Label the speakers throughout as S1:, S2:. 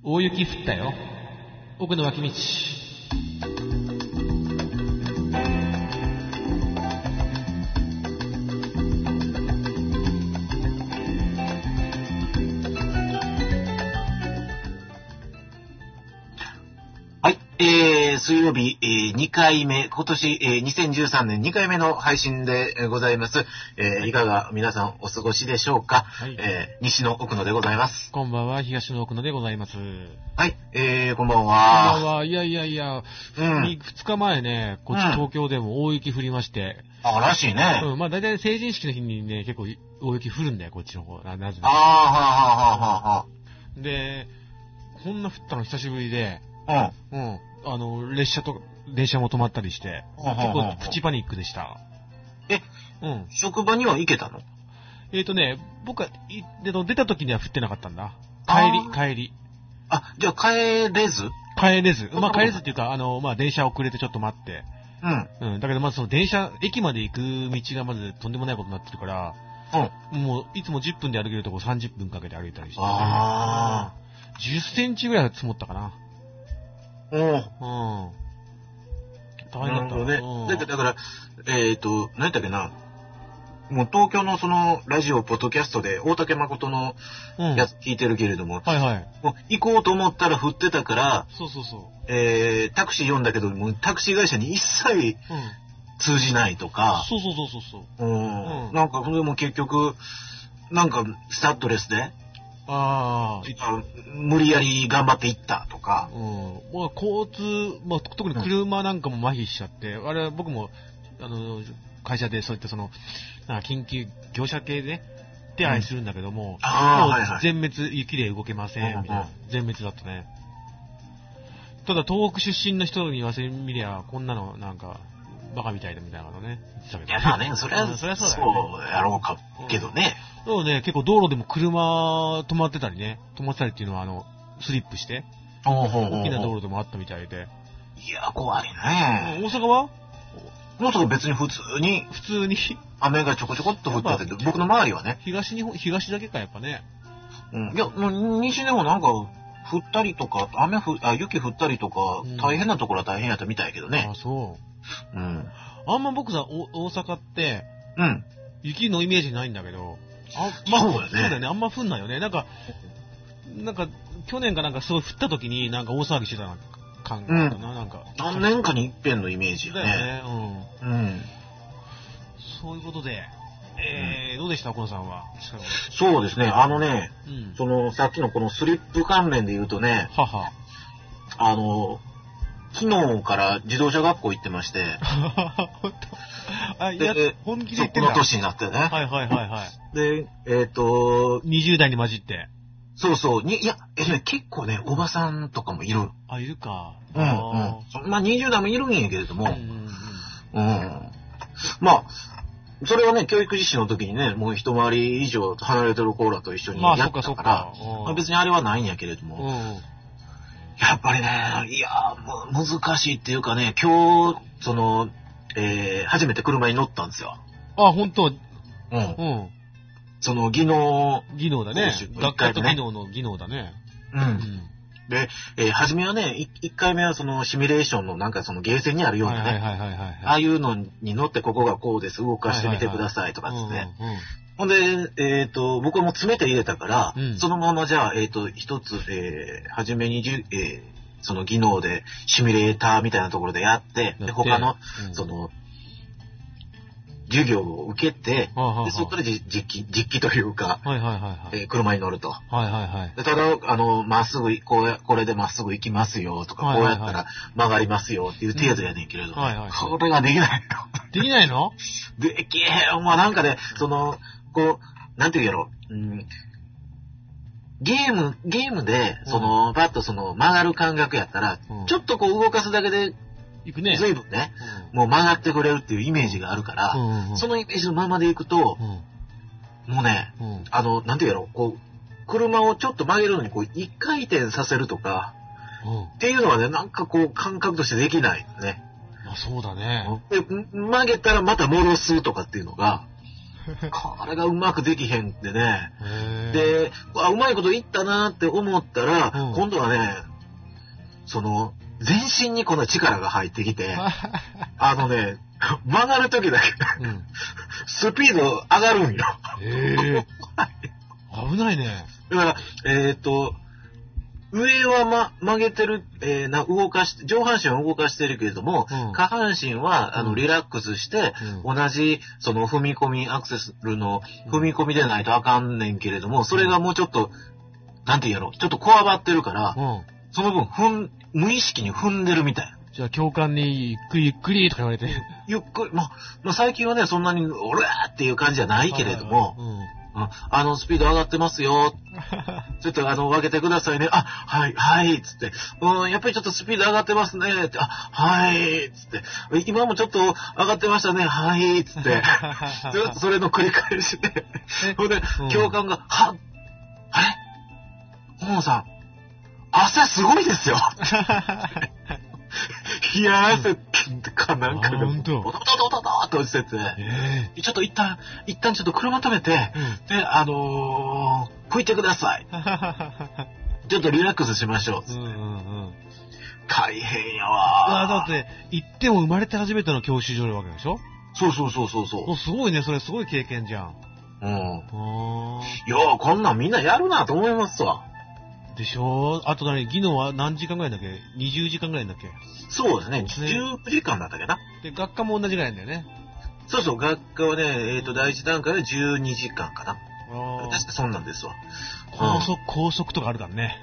S1: 大雪降ったよ奥の脇道
S2: はい。えー、水曜日、えー、2回目、今年、えー、2013年2回目の配信でえーございます。えー、いかが皆さんお過ごしでしょうか、
S1: はい
S2: えー、西の奥野でございます。
S1: こんばんは東の奥野でございますこん
S2: はい。えー、こんばん
S1: ばん
S2: は。
S1: は、いやいやいや、
S2: うん
S1: 2日前ね、こっち
S2: うん
S1: 東京でも大雪降りまして、
S2: あ、らしいね。
S1: うん、まあ大体成人式の日にね、結構大雪降るんだよ、こっちの方。ななぜ
S2: あー
S1: な
S2: はあ、はあ、は
S1: で、こんな降ったの久しぶりで、
S2: あ、はあ。
S1: うん、あの、列車と、電車も止まったりして、
S2: ほうほう
S1: 結
S2: ほうほう
S1: 構プチパニックでした。
S2: え
S1: うん
S2: うん。。職場には行けたの
S1: えっ、とね、僕は、いで出た時には降ってなかったんだ。帰
S2: あー
S1: り、帰り。
S2: あ、じゃあ帰れず
S1: 帰れず。
S2: ん
S1: まあ帰れずっていうか、あの、まあ電車遅れてちょっと待って。
S2: うん。
S1: うん。だけどまずその電車、駅まで行く道がまずとんでもないことになってるから、
S2: うん。
S1: もういつも10分で歩けるとこ30分かけて歩いたりして、
S2: あ
S1: 10センチぐらいは積もったかな。
S2: あ。おう
S1: うん。大変
S2: な
S1: だ
S2: る
S1: った。
S2: ほどね
S1: うん。
S2: だってだから、えっ、と、何やったっけな。もう東京のそのラジオ、ポッドキャストで大竹誠の
S1: うん。
S2: やつ聞いてるけれども、
S1: はいはい。
S2: もう行こうと思ったら降ってたから、
S1: そうそうそ
S2: えー、タクシー呼んだけど、もうタクシー会社に一切
S1: う。うん。
S2: 通じないとか、
S1: そうそうそうそうそう。
S2: うん
S1: うん
S2: なんかそれも結局、なんかスタッドレスで、
S1: ああ、
S2: あ無理やり頑張って行ったとか、
S1: うんまあ、交通、まあ、特に車なんかも麻痺しちゃって、あれは僕もあの会社でそういったそのなんか緊急業者系でね手配するんだけども、
S2: ああ、
S1: もう
S2: はいはい。
S1: 全滅、雪で動けませ
S2: うんうん
S1: んみたいな、全滅だったね。ただ、東北出身の人に言わせてみりゃ、こんなの、なんか、バカみたいだみたいなことね、言ってたけ
S2: い
S1: ど
S2: や、まあね、それ
S1: う
S2: は、
S1: んそ
S2: そ
S1: りゃそうだよね
S2: うやろうか、けどね。
S1: そうね、結構道路でも車止まってたりね、止まってたりっていうのは、あの、スリップして、
S2: 大
S1: 大きな道路でもあったみたいで。
S2: いや、怖い
S1: 大
S2: ね。
S1: 阪は
S2: もうすぐ別に普通に
S1: 普通に
S2: 雨がちょこちょこっと降ってたけど、
S1: やっぱ
S2: 僕の周りはね。
S1: 東日本、東だけか、やっぱね。
S2: うん、いや、もう西でもなんか、降ったりとか、雨ふあ、雪降ったりとか
S1: うん、
S2: 大変なところは大変やったみたいやけどね
S1: あ、。そ
S2: うん。
S1: う。あんま僕さ、お大阪って、
S2: うん。
S1: 雪のイメージないんだけど、あ
S2: そうだよね
S1: そうだよね。あんま降んないよね。なんか、なんか、去年かなんかすごい降った時に、なんか大騒ぎしてた感があったな、なんか。
S2: 何年かに一遍のイメージよ
S1: だ
S2: ね。
S1: よね。うん。
S2: うん。
S1: そういうことで、えー、どうでした、このさんは。
S2: そうですね。あのね、
S1: うん。
S2: その、さっきのこのスリップ関連で言うとね、
S1: はは。
S2: あの、昨日から自動車学校行ってまして、
S1: 本当あ、いや
S2: で、
S1: 本気で
S2: そ
S1: 言
S2: う
S1: って
S2: こ
S1: んだ
S2: の年になってね。
S1: はいはいはいはい。
S2: で、えっ、と、
S1: 20代に混じって。
S2: そうそう、に、いや、えっとね結構ね、おばさんとかもいる。
S1: あ、いるか。
S2: うん、うん
S1: あ。
S2: そまあ、20代もいるんやけれども、
S1: ー
S2: うん。
S1: うんうんうん
S2: まあ、それはね、教育実習の時にね、もう一回り以上離れてるコーラと一緒に
S1: ま
S2: や
S1: あ、
S2: った
S1: そ
S2: か
S1: っかそっ
S2: ら、
S1: か。
S2: まあ別にあれはないんやけれど
S1: う
S2: も、
S1: ん。
S2: やっぱりね、いやー、む難しいっていうかね、今日、その、えー、初めて車に乗ったんですよ。
S1: あ、本当
S2: うん。
S1: うん。
S2: その、技能、
S1: 技能だね
S2: 講習。の
S1: 学
S2: 一回
S1: 科
S2: 目ね
S1: と技能の技能だね。
S2: う。
S1: うんん。
S2: で、えー、初めはね、1回目はその、シミュレーションのなんかその、ゲーセンにあるよう
S1: はい
S2: な
S1: は
S2: ね
S1: い、はいはいはい。
S2: あ
S1: い
S2: あいうのに乗ってここがこうです、動かしてみてくださいと
S1: う
S2: かですね。
S1: んうんうん
S2: ほんで、えっ、と、僕はもう詰めて入れたから、
S1: うん
S2: そのままじゃあ、えっ、と、一つ、えー、初めにじゅ、えー、その技能で、シミュレーターみたいなところでやって、
S1: やって
S2: で、他の、
S1: うん
S2: その、授業を受けて、
S1: はあはあはあ
S2: でそこからじ実機、実機というか、
S1: はいはいはいはい。
S2: えー車に乗ると。
S1: はいはいはい。
S2: でただ、あの、まっすぐい、こうや、これでまっすぐ行きますよとか、
S1: はい
S2: こう
S1: はい
S2: や
S1: はい
S2: ったら曲がりますよっていう程度やねんけれども、
S1: うんはいはいはい
S2: これができないと。
S1: できないの
S2: できへんわ。なんかね、その、こう、なんて言うやろ、うん、ゲーム、ゲームで、その、パッとその、曲がる感覚やったら、
S1: うん
S2: ちょっとこう動かすだけで、
S1: 行くね。
S2: 随分ね、
S1: うん
S2: もう曲がってくれるっていうイメージがあるから、
S1: うんうんうん
S2: そのイメージのままでいくと
S1: う、ん
S2: もうね、
S1: うん
S2: あの、なんて言うやろ、こう、車をちょっと曲げるのに、こう、一回転させるとか、
S1: うん
S2: っていうのはね、なんかこう、感覚としてできないのね。
S1: まあそうだね。
S2: で、ん曲げ たらまた戻すとかっていうのが、これがうまくできへんってね。
S1: へー
S2: で、あ、うまいこといったなって思ったら、
S1: うん
S2: 今度はね、その、全身にこの力が入って きて、あのね、曲がるときだけ、
S1: うん。
S2: スピード上がるんよ。
S1: ええ危ないね。
S2: だから、えっ、と、上は、ま、曲げてる、えーな、動かし、上半身は動かしてるけれども、
S1: うん
S2: 下半身は、あ
S1: う
S2: の、
S1: ん
S2: リラックスして、
S1: うん
S2: 同じ、その、踏み込み、アクセスの、踏み込みでないとあかんねんけれども、それがもうちょっと、なんて言うやろ、ちょっとこわばってるから、
S1: うん。
S2: その分、踏ん、無意識に踏んでるみたい。
S1: じゃあ、教官に、ゆっくりゆっくりとか言われて。
S2: ゆっくり、ま、まあ、最近はね、そんなに、おらーっていう感じじゃないけれども、うんあの、スピード上がってます よ、
S1: は
S2: ちょっとあの、分けてくださいね。あ、はい、はい、つって。うん、やっぱりちょっとスピード上がってますね。ってあ、はい、つって。今もちょっと上がってましたね。はい、つって。ずそれの繰り返しで。ほんで
S1: うん、
S2: 教官が、は、あれ本野さん、汗すごいですよ。 冷や汗かなんかで、
S1: あほんと
S2: ドドドドドーって落ちて
S1: い。
S2: て。
S1: え
S2: ちょっと一旦、一旦ちょっと車止めて、
S1: えうん
S2: で、あのー、拭いてください。ちょっとリラックスしましょう。
S1: うんうんうん。
S2: 大変や
S1: あだ
S2: わ
S1: っ。て、行っても生まれて初めての教習所なわけでしょ
S2: そうそうそうそうそ
S1: おすごいね、それすごい経験じゃん。
S2: う。うん。いう
S1: ーん
S2: やあこんなんみんなやるなと思いますわ。
S1: でしょあと何技能は何時間ぐらいだっけ ?20 時間ぐらいだっけ
S2: そうですね。
S1: ね
S2: 10時間だったっけな。
S1: で、学科も同じぐらいなんだよね。
S2: そうそう、学科はね、えっ、と、第一段階で12時間かな。
S1: あ
S2: 確かそんなんですわ。
S1: 高速、高速とかあるからね。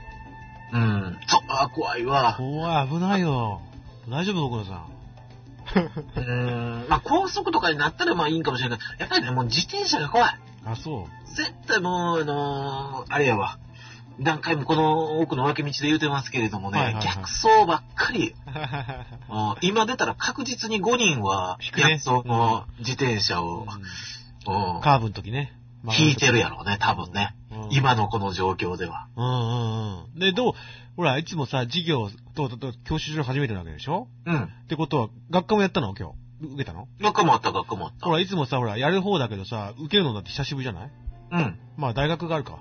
S2: うん。そう、あー怖いわ。
S1: 怖い、危ないよ。大丈夫、奥野さん。
S2: うーん。まあ、高速とかになったらまあいいんかもしれないけど、やっぱりね、もう自転車が怖い。
S1: あ、そう。
S2: 絶対もう、あのーあれやわ。何回もこの奥の脇道で言うてますけれどもね、
S1: はいはいはい
S2: 逆走ばっかり。
S1: う
S2: あー今出たら確実に5人は、
S1: 引くね
S2: 逆走の自転車を、うん
S1: んカーブの時ね。
S2: 引いてるやろうね、多分ね。
S1: うん。
S2: 今のこの状況では。
S1: うんうんうん。で、どう、ほら、いつもさ、授業と、と、と、教習所初めてなわけでしょ
S2: うん。
S1: ってことは、学科もやったの今日。受けたの
S2: 学科もあった、学科もあっ
S1: ほら、いつもさ、ほら、やる方だけどさ、受けるのだって久しぶりじゃない
S2: た。うん。
S1: まあ、大学があるか。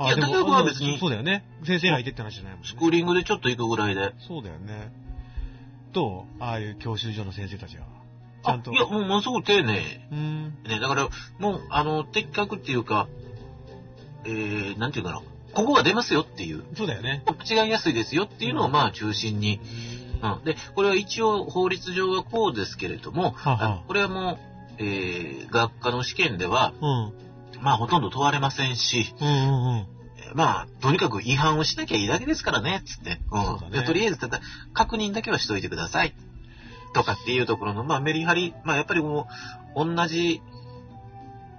S2: いや大学は別に
S1: そうだよね。先生がいてって話じゃないもんね。
S2: スクーリングでちょっと行くぐらいで。
S1: そうだよね。どうああいう教習所の先生たちは。ちゃ
S2: あ
S1: ん、と。
S2: いや、もうものすごく丁寧。
S1: うん。
S2: ね、だから、もう、あの、的確っていうか、えー、なんていうかな。ここが出ますよっていう。
S1: そうだよね。
S2: 間違いやすいですよっていうのを、まあ、中心に。うん。で、これは一応、法律上はこうですけれども、
S1: はあはあ
S2: あこれはもう、えー、学科の試験では、
S1: うん。
S2: まあほとんど問われませんし、
S1: うんうんうん。
S2: まあとにかく違反をしなきゃいいだけですからね、つって。
S1: そう
S2: う
S1: だ
S2: ん。
S1: ね
S2: でとりあえずただ、確認だけはしといてください。とかっていうところの、まあメリハリ、まあやっぱりもう、同じ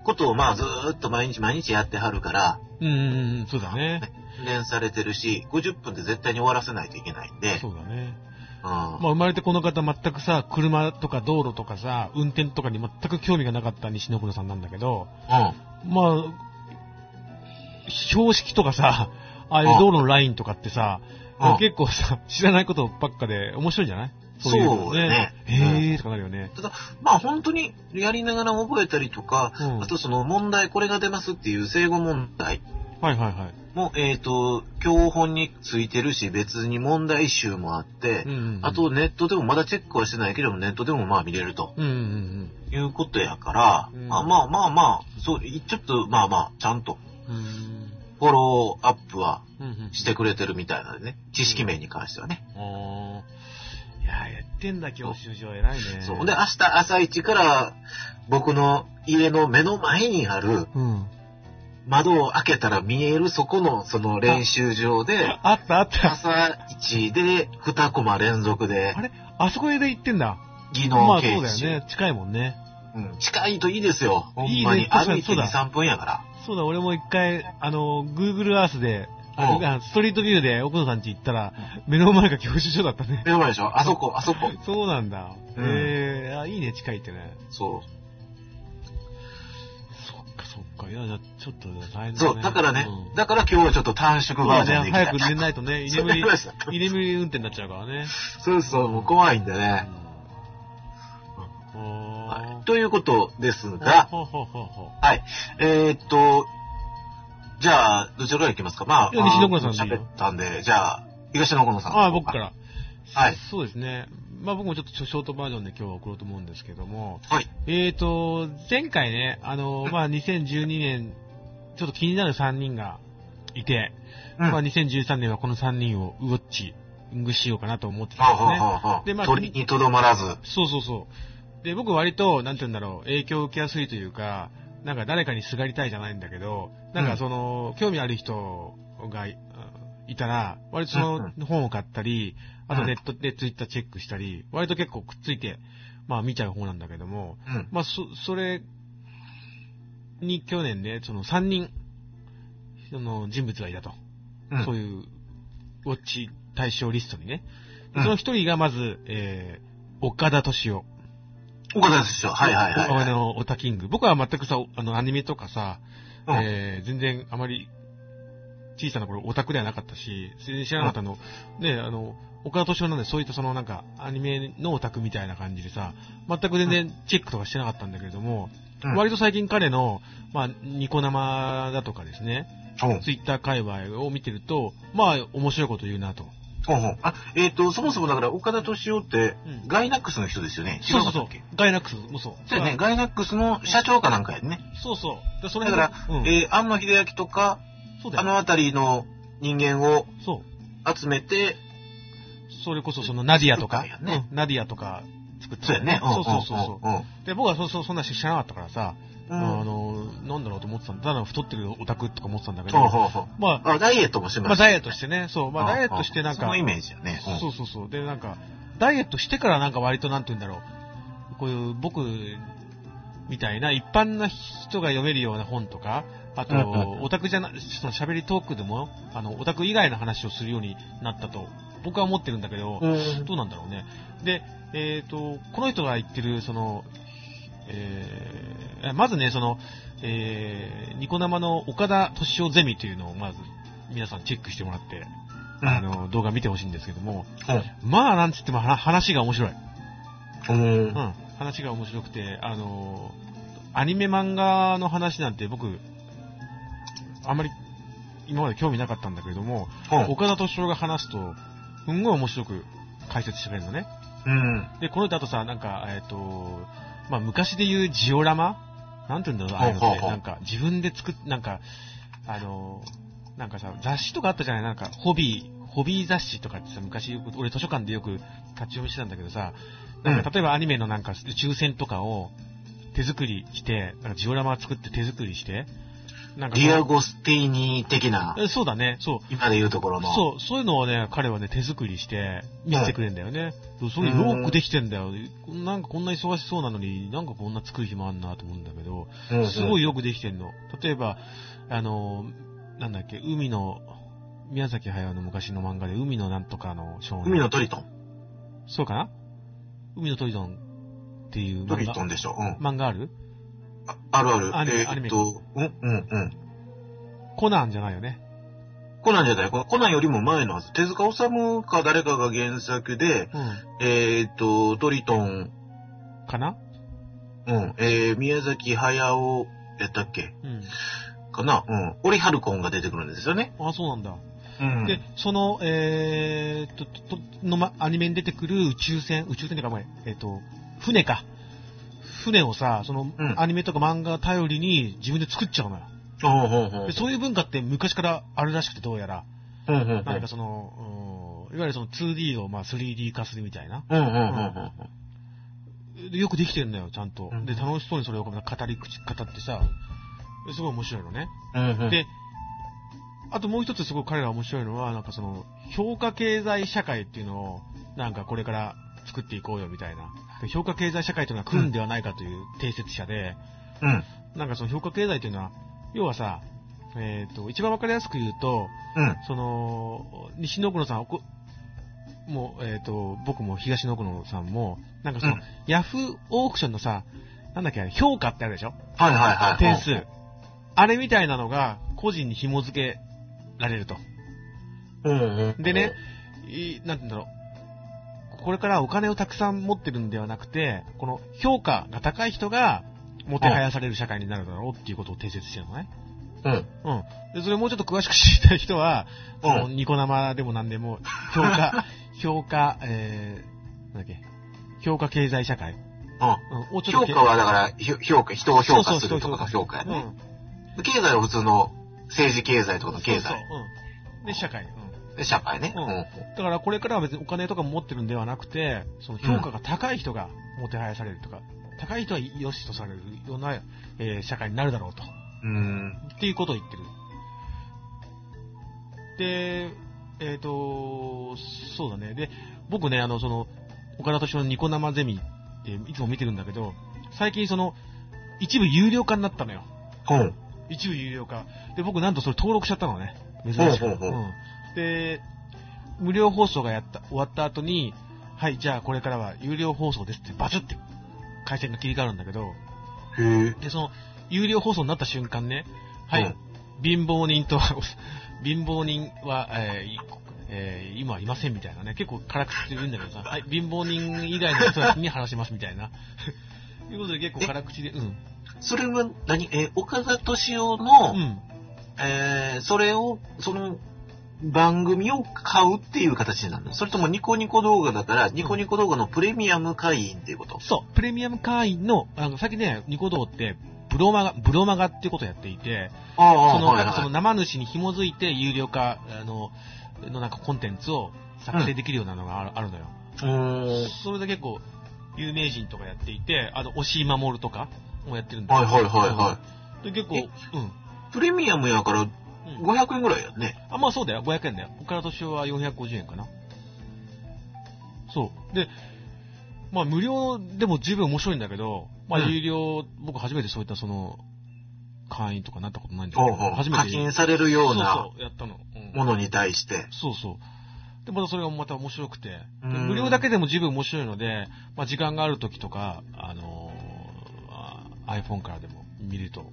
S2: ことをまあずーっと毎日毎日やってはるから、
S1: うんうんうん、そうだ ね。
S2: 訓練されてるし、50分で絶対に終わらせないといけないんで、
S1: そうだね。
S2: うん。
S1: まあ、生まれてこの方全くさ、車とか道路とかさ、運転とかに全く興味がなかった西野黒さんなんだけど、
S2: うん。
S1: まあ、標識とかさ、ああいう道路のラインとかってさ、
S2: うん
S1: 結構さ、知らないことばっかで面白いんじゃないいの
S2: そうね
S1: へーとかなるよね。
S2: まあ本当にやりながら覚えたりとか、
S1: うん。は
S2: あ
S1: い
S2: とその問題、これが出ますっていう正語問題。
S1: はいはい。
S2: もう、えっ、と、教本についてるし、別に問題集もあって、
S1: うんうんうん
S2: あ、とネットでもまだチェックはしてないけども、ネットでもまあ見れると
S1: うんうん
S2: いうことやから、
S1: うん
S2: まあまあまあまあ、そう、いちょっとまあまあ、ちゃんと
S1: うん。うん。
S2: フォローアップは
S1: うんうん。
S2: してくれてるみたいなんでね、知識面に関してはね。
S1: おーいやー、やってんだ、教習所。偉いね。
S2: そう。で、明日朝一から僕の家の目の前にある
S1: うん。
S2: 窓を開けたら見えるそこのその練習場で、
S1: あったあった。
S2: 朝一で2コマ連続で
S1: あれあそこで行ってんだ。
S2: 技
S1: ま
S2: 能
S1: あ
S2: 研
S1: そうだ
S2: 修
S1: よね。近いもんね。
S2: うん近いといいですよ。ほんま
S1: いい
S2: に。
S1: ね確か
S2: 歩
S1: に
S2: いて
S1: そうだ
S2: 2、3分やから。
S1: そうだ、俺も一回、あの、Google Earth で、あ
S2: うん
S1: あストリートビューで奥野さん家行ったら、目の前が教習所だったね。
S2: 目の前でしょあそこ、あそこ。
S1: そうなんだ。
S2: うん
S1: ええあ、いいね、近いってね。そっ
S2: そ
S1: かそっか。いや、じゃあちょっと大変だ
S2: う。
S1: ね。
S2: そう、だからね
S1: う、ん
S2: だから今日はちょっと短縮
S1: ま
S2: バー
S1: あ
S2: ジ
S1: ね
S2: ョンでいきたい。
S1: 早く寝ないと ね、入
S2: そ
S1: れ
S2: う
S1: 無
S2: なり
S1: 理、
S2: ました。
S1: 入れ無理運転になっちゃうからね。
S2: そうそう、もう怖いんでね。
S1: うんおー
S2: はいということです
S1: ほう
S2: が、
S1: ほうほうほうほ
S2: えーっと、じゃあ、どちらから行きますかまあ、
S1: いや西野村さんでいい
S2: 喋
S1: よ
S2: ったんで、じゃあ、東野野さん。
S1: ああ、僕から。
S2: はい。
S1: そうですね。まあ僕もちょっとショートバージョンで今日は送ろうと思うんですけども、
S2: はい。
S1: えーと、前回ね、あの、まあ2012年、ちょっと気になる3人がいて、
S2: う
S1: ま
S2: ん。
S1: あ
S2: は
S1: 2013年はこの3人をウォッチングしようかなと思って
S2: あ、は
S1: たんですね。
S2: あ、はあ。
S1: でまあ
S2: 鳥にとどまらず。は
S1: そうそうそう。で、僕割と、なんて言うんだろう、影響を受けやすいというか、なんか誰かにすがりたいじゃないんだけど、なんかその、興味ある人がいうんいたら、割とそ
S2: うん
S1: の本を買ったり、あと
S2: うん
S1: ネットでツイッターチェックしたり、割と結構くっついて、まあ見ちゃう方なんだけども、
S2: うん
S1: まあそ、それに去年ね、その3人、その人物がいたと。
S2: うん。
S1: そういう、ウォッチ対象リストにね。で
S2: うん
S1: その一人がまず、えー、岡田敏夫。
S2: 岡田ですよ。はいはいはい。
S1: あの、オタキング。僕は全くさ、あの、アニメとかさ、
S2: うん
S1: えー全然あまり、小さな頃オタクではなかったし、全然知らなかったの、ね、あの、岡田敏夫なんで、そういったそのなんか、アニメのオタクみたいな感じでさ、全く全然チェックとかしてなかったんだけれども、
S2: うん
S1: 割と最近彼の、まあ、ニコ生だとかですね、
S2: うん
S1: ツイッター界隈を見てると、まあ、面白いこと言うなと。
S2: ほうほうあ、えっ、と、そもそもだから、岡田敏夫って、
S1: うん
S2: ガイナックスの人ですよね。
S1: そうそう
S2: そ
S1: そうう。ガイナックスもそう。
S2: そうやね、ガイナックスの社長かなんかやね。
S1: そうそう。でそれ
S2: だから、
S1: うん、
S2: えー、安野秀明とか、
S1: そうだ
S2: あ
S1: よ。
S2: のあたりの人間を
S1: そう。
S2: 集めて、
S1: それこそそのナディアとか
S2: 作った、んやね
S1: うんナディアとか作って
S2: そうやね。ん
S1: そうそうそうそ
S2: うんうん
S1: う。で、僕はそそそんな知らなかったからさ、
S2: うん。
S1: あ
S2: うん
S1: の、なんだろうと思ってたんだ。ただ太ってるオタクとか思ってたんだけど
S2: ほう、ほうほう。
S1: まあ、
S2: あ、ダイエットもしてます。
S1: まあダイエットしてね、そう、まあダイエットしてなん
S2: うん
S1: か
S2: その、イメージやね。うん
S1: そうそうそう。で、なんか、ダイエットしてからなんか割となんて言うんだろう。こういう僕みたいな一般な人が読めるような本とか、あと
S2: うんうん、
S1: オタクじゃな、その喋りトークでも、あの、オタク以外の話をするようになったと、僕は思ってるんだけど、
S2: うん
S1: どうなんだろうね。で、えっ、と、この人が言ってる、その、えーまずね、その、えーニコ生の岡田敏夫ゼミというのをまず、皆さんチェックしてもらって、
S2: うん
S1: あの、動画見てほしいんですけども、まあ、なんつってもは話が面白い。
S2: うん
S1: うん。話が面白くて、あのー、アニメ漫画の話なんて僕、あまり今まで興味なかったんだけれども、
S2: うん
S1: 岡田敏夫が話すと、すんごい面白く解説してくれるのね。
S2: うん
S1: で、この歌とさ、なんか、えっ、と、まあ、昔で言うジオラマなんて言うんだろう、ああいうの
S2: ほう
S1: っ
S2: ほう
S1: て。
S2: ほう
S1: なんか、自分で作っ、なんか、あのー、なんかさ、雑誌とかあったじゃないなんか、ホビー、ホビー雑誌とかってさ、昔よく、俺図書館でよく立ち読みしてたんだけどさ、なんか、例えばアニメのなんか、宇宙船とかを手作りして、なんかジオラマ作って手作りして、なんかその、
S2: ディアゴスティーニ的な、
S1: えそうだね、そう。
S2: 今で言うところの。
S1: そう、そういうのをね、彼はね、手作りして、見せてくれるんだよね。そうそれよくできてんだよ。なんかこんな忙しそうなのに、なんかこんな作る暇あんなと思うんだけど、
S2: うん。
S1: すご
S2: い。
S1: いよくできてんの。例えば、あの、なんだっけ、海の、宮崎駿の昔の漫画で、海のなんとかの少年。
S2: 海のトリトン。
S1: そうかな海のトリトンっていう
S2: ト
S1: 漫
S2: リト
S1: 画
S2: ンでしょ。うん。
S1: 漫画ある
S2: ああるあ
S1: アニ
S2: る。
S1: メ
S2: え
S1: アニ
S2: ー
S1: メ
S2: っと、うん、うん、うん。
S1: コナンじゃないよね。
S2: コナンじゃない、このコナンよりも前のはず。手塚治虫か誰かが原作で、
S1: うん。
S2: えーっと、トリトン、
S1: かな
S2: うん、えー、宮崎駿やったっけ
S1: うん。
S2: かなうん。オリハルコンが出てくるんですよね。
S1: あ、そうなんだ。
S2: うん
S1: で、その、えー、と、と、との、ま、アニメに出てくる宇宙船、宇宙船ってか、ごめんえっ、と、船か。船をさ、その、
S2: うん
S1: アニメとか漫画を頼りに自分で作っちゃうのよ。
S2: ほうほうほう。
S1: でそういう文化って昔からあるらしくて、どうやら。
S2: うんうんうん。
S1: 何かその、うんいわゆるその 2D をまあ 3D 化するみたいな。
S2: うんうんうんうん
S1: でよくできてるんだよ、ちゃんと
S2: う。ん
S1: で、楽しそうにそれを語り口、語ってさ、ですごい面白いのね。
S2: うんうん。
S1: で、あともう一つすごい彼ら面白いのは、なんかその、評価経済社会っていうのを、なんかこれから作っていこうよみたいな。で評価経済社会というのは組んではないかという定説者で、
S2: うん。
S1: なんかその評価経済というのは、要はさ、えっ、と、一番わかりやすく言うと、
S2: うん。
S1: その、西野野さん、おこもう、えっ、と、僕も東野野さんも、なんかその、
S2: うん
S1: ヤフーオークションのさ、なんだっけ、あれ評価ってあるでしょ
S2: はいはいはい。
S1: 点数。あれみたいなのが個人に紐付けられると。
S2: うんうん。
S1: でね、いなんて言うんだろう。これからお金をたくさん持ってるんではなくて、この評価が高い人が、もてはやされる社会になるだろうっていうことを定説してるのね。
S2: うん。
S1: うん。で、それをもうちょっと詳しく知りたい人は、
S2: う
S1: そ
S2: ん
S1: のニコ生でも何でも、評 価、評価、えー、なんだっけ、評価経済社会。うん、を
S2: うん。
S1: ちょ
S2: 評
S1: っとけ
S2: 価はだから、ひょ評価、人を評
S1: そ
S2: 価
S1: うそ
S2: す
S1: う人を
S2: るとかの評価や
S1: う
S2: ね。
S1: ん。
S2: 経済は普通の政治経済とかの経
S1: そうそう
S2: 済。
S1: うん。で、社会。うん。
S2: で、社会ね。
S1: うん
S2: う
S1: だからこれからは別にお金とかも持ってるんではなくて、その評価が高い人がもてはやされるとか、高い人は良しとされるような、えー社会になるだろうと。
S2: ん。うん。
S1: っていうことを言ってる。で、えっ、と、そうだね。で、僕ね、あの、その、岡田敏夫のニコ生ゼミっていつも見てるんだけど、最近その、一部有料化になったのよ。
S2: うん。
S1: 一部有料化。で、僕なんとそれ登録しちゃったのね。珍しく。
S2: ほうほうほう
S1: うんで、無料放送がやった、終わった後に、はい、じゃあこれからは有料放送ですってバツって回線が切り替わるんだけど、
S2: へえ。
S1: で、その、有料放送になった瞬間ね、はい、
S2: うん
S1: 貧乏人と、 貧乏人は、えーいえー今はいませんみたいなね、結構辛口で言うんだけどさ、はい、貧乏人以外の人たちに話しますみたいな。 ということで結構辛口で、うん。
S2: それは何、えー岡田敏夫
S1: う
S2: の、
S1: ん。
S2: えーそれを、その、番組を買うっていう形になるのそれともニコニコ動画だから、ニコニコ動画のプレミアム会員っていうこと
S1: そう、プレミアム会員の、あの、さっきね、ニコ動って、ブロマガ、ブロマガっていうことをやっていて、
S2: ああ
S1: その、
S2: はい
S1: なんかその
S2: は
S1: 生主に紐づいて有料化、あの、のなんかコンテンツを作成できるようなのがある,、あるのよ。
S2: い。うーん
S1: それで結構、有名人とかやっていて、あの、押井守とかもやってるんだ
S2: はいはいはいは
S1: で、結構、
S2: え
S1: うん。
S2: い。プレミアムやから
S1: うん
S2: 500円ぐらいやね。
S1: あ、まあそうだよ。500円だよ。岡田敏夫は450円かな。そう。で、まあ無料でも十分面白いんだけど、まあ
S2: うん
S1: 有料、僕初めてそういったその、会員とかなったことないんだ
S2: ほ
S1: け
S2: う
S1: ど、
S2: ほう
S1: 初め
S2: 課
S1: て。
S2: 金されるような
S1: そうそう、やったの。うん
S2: ものに対して。
S1: そうそう。で、またそれがまた面白くて、で
S2: うん
S1: 無料だけでも十分面白いので、まあ、時間がある時とか、あのーあ iPhone からでも見ると、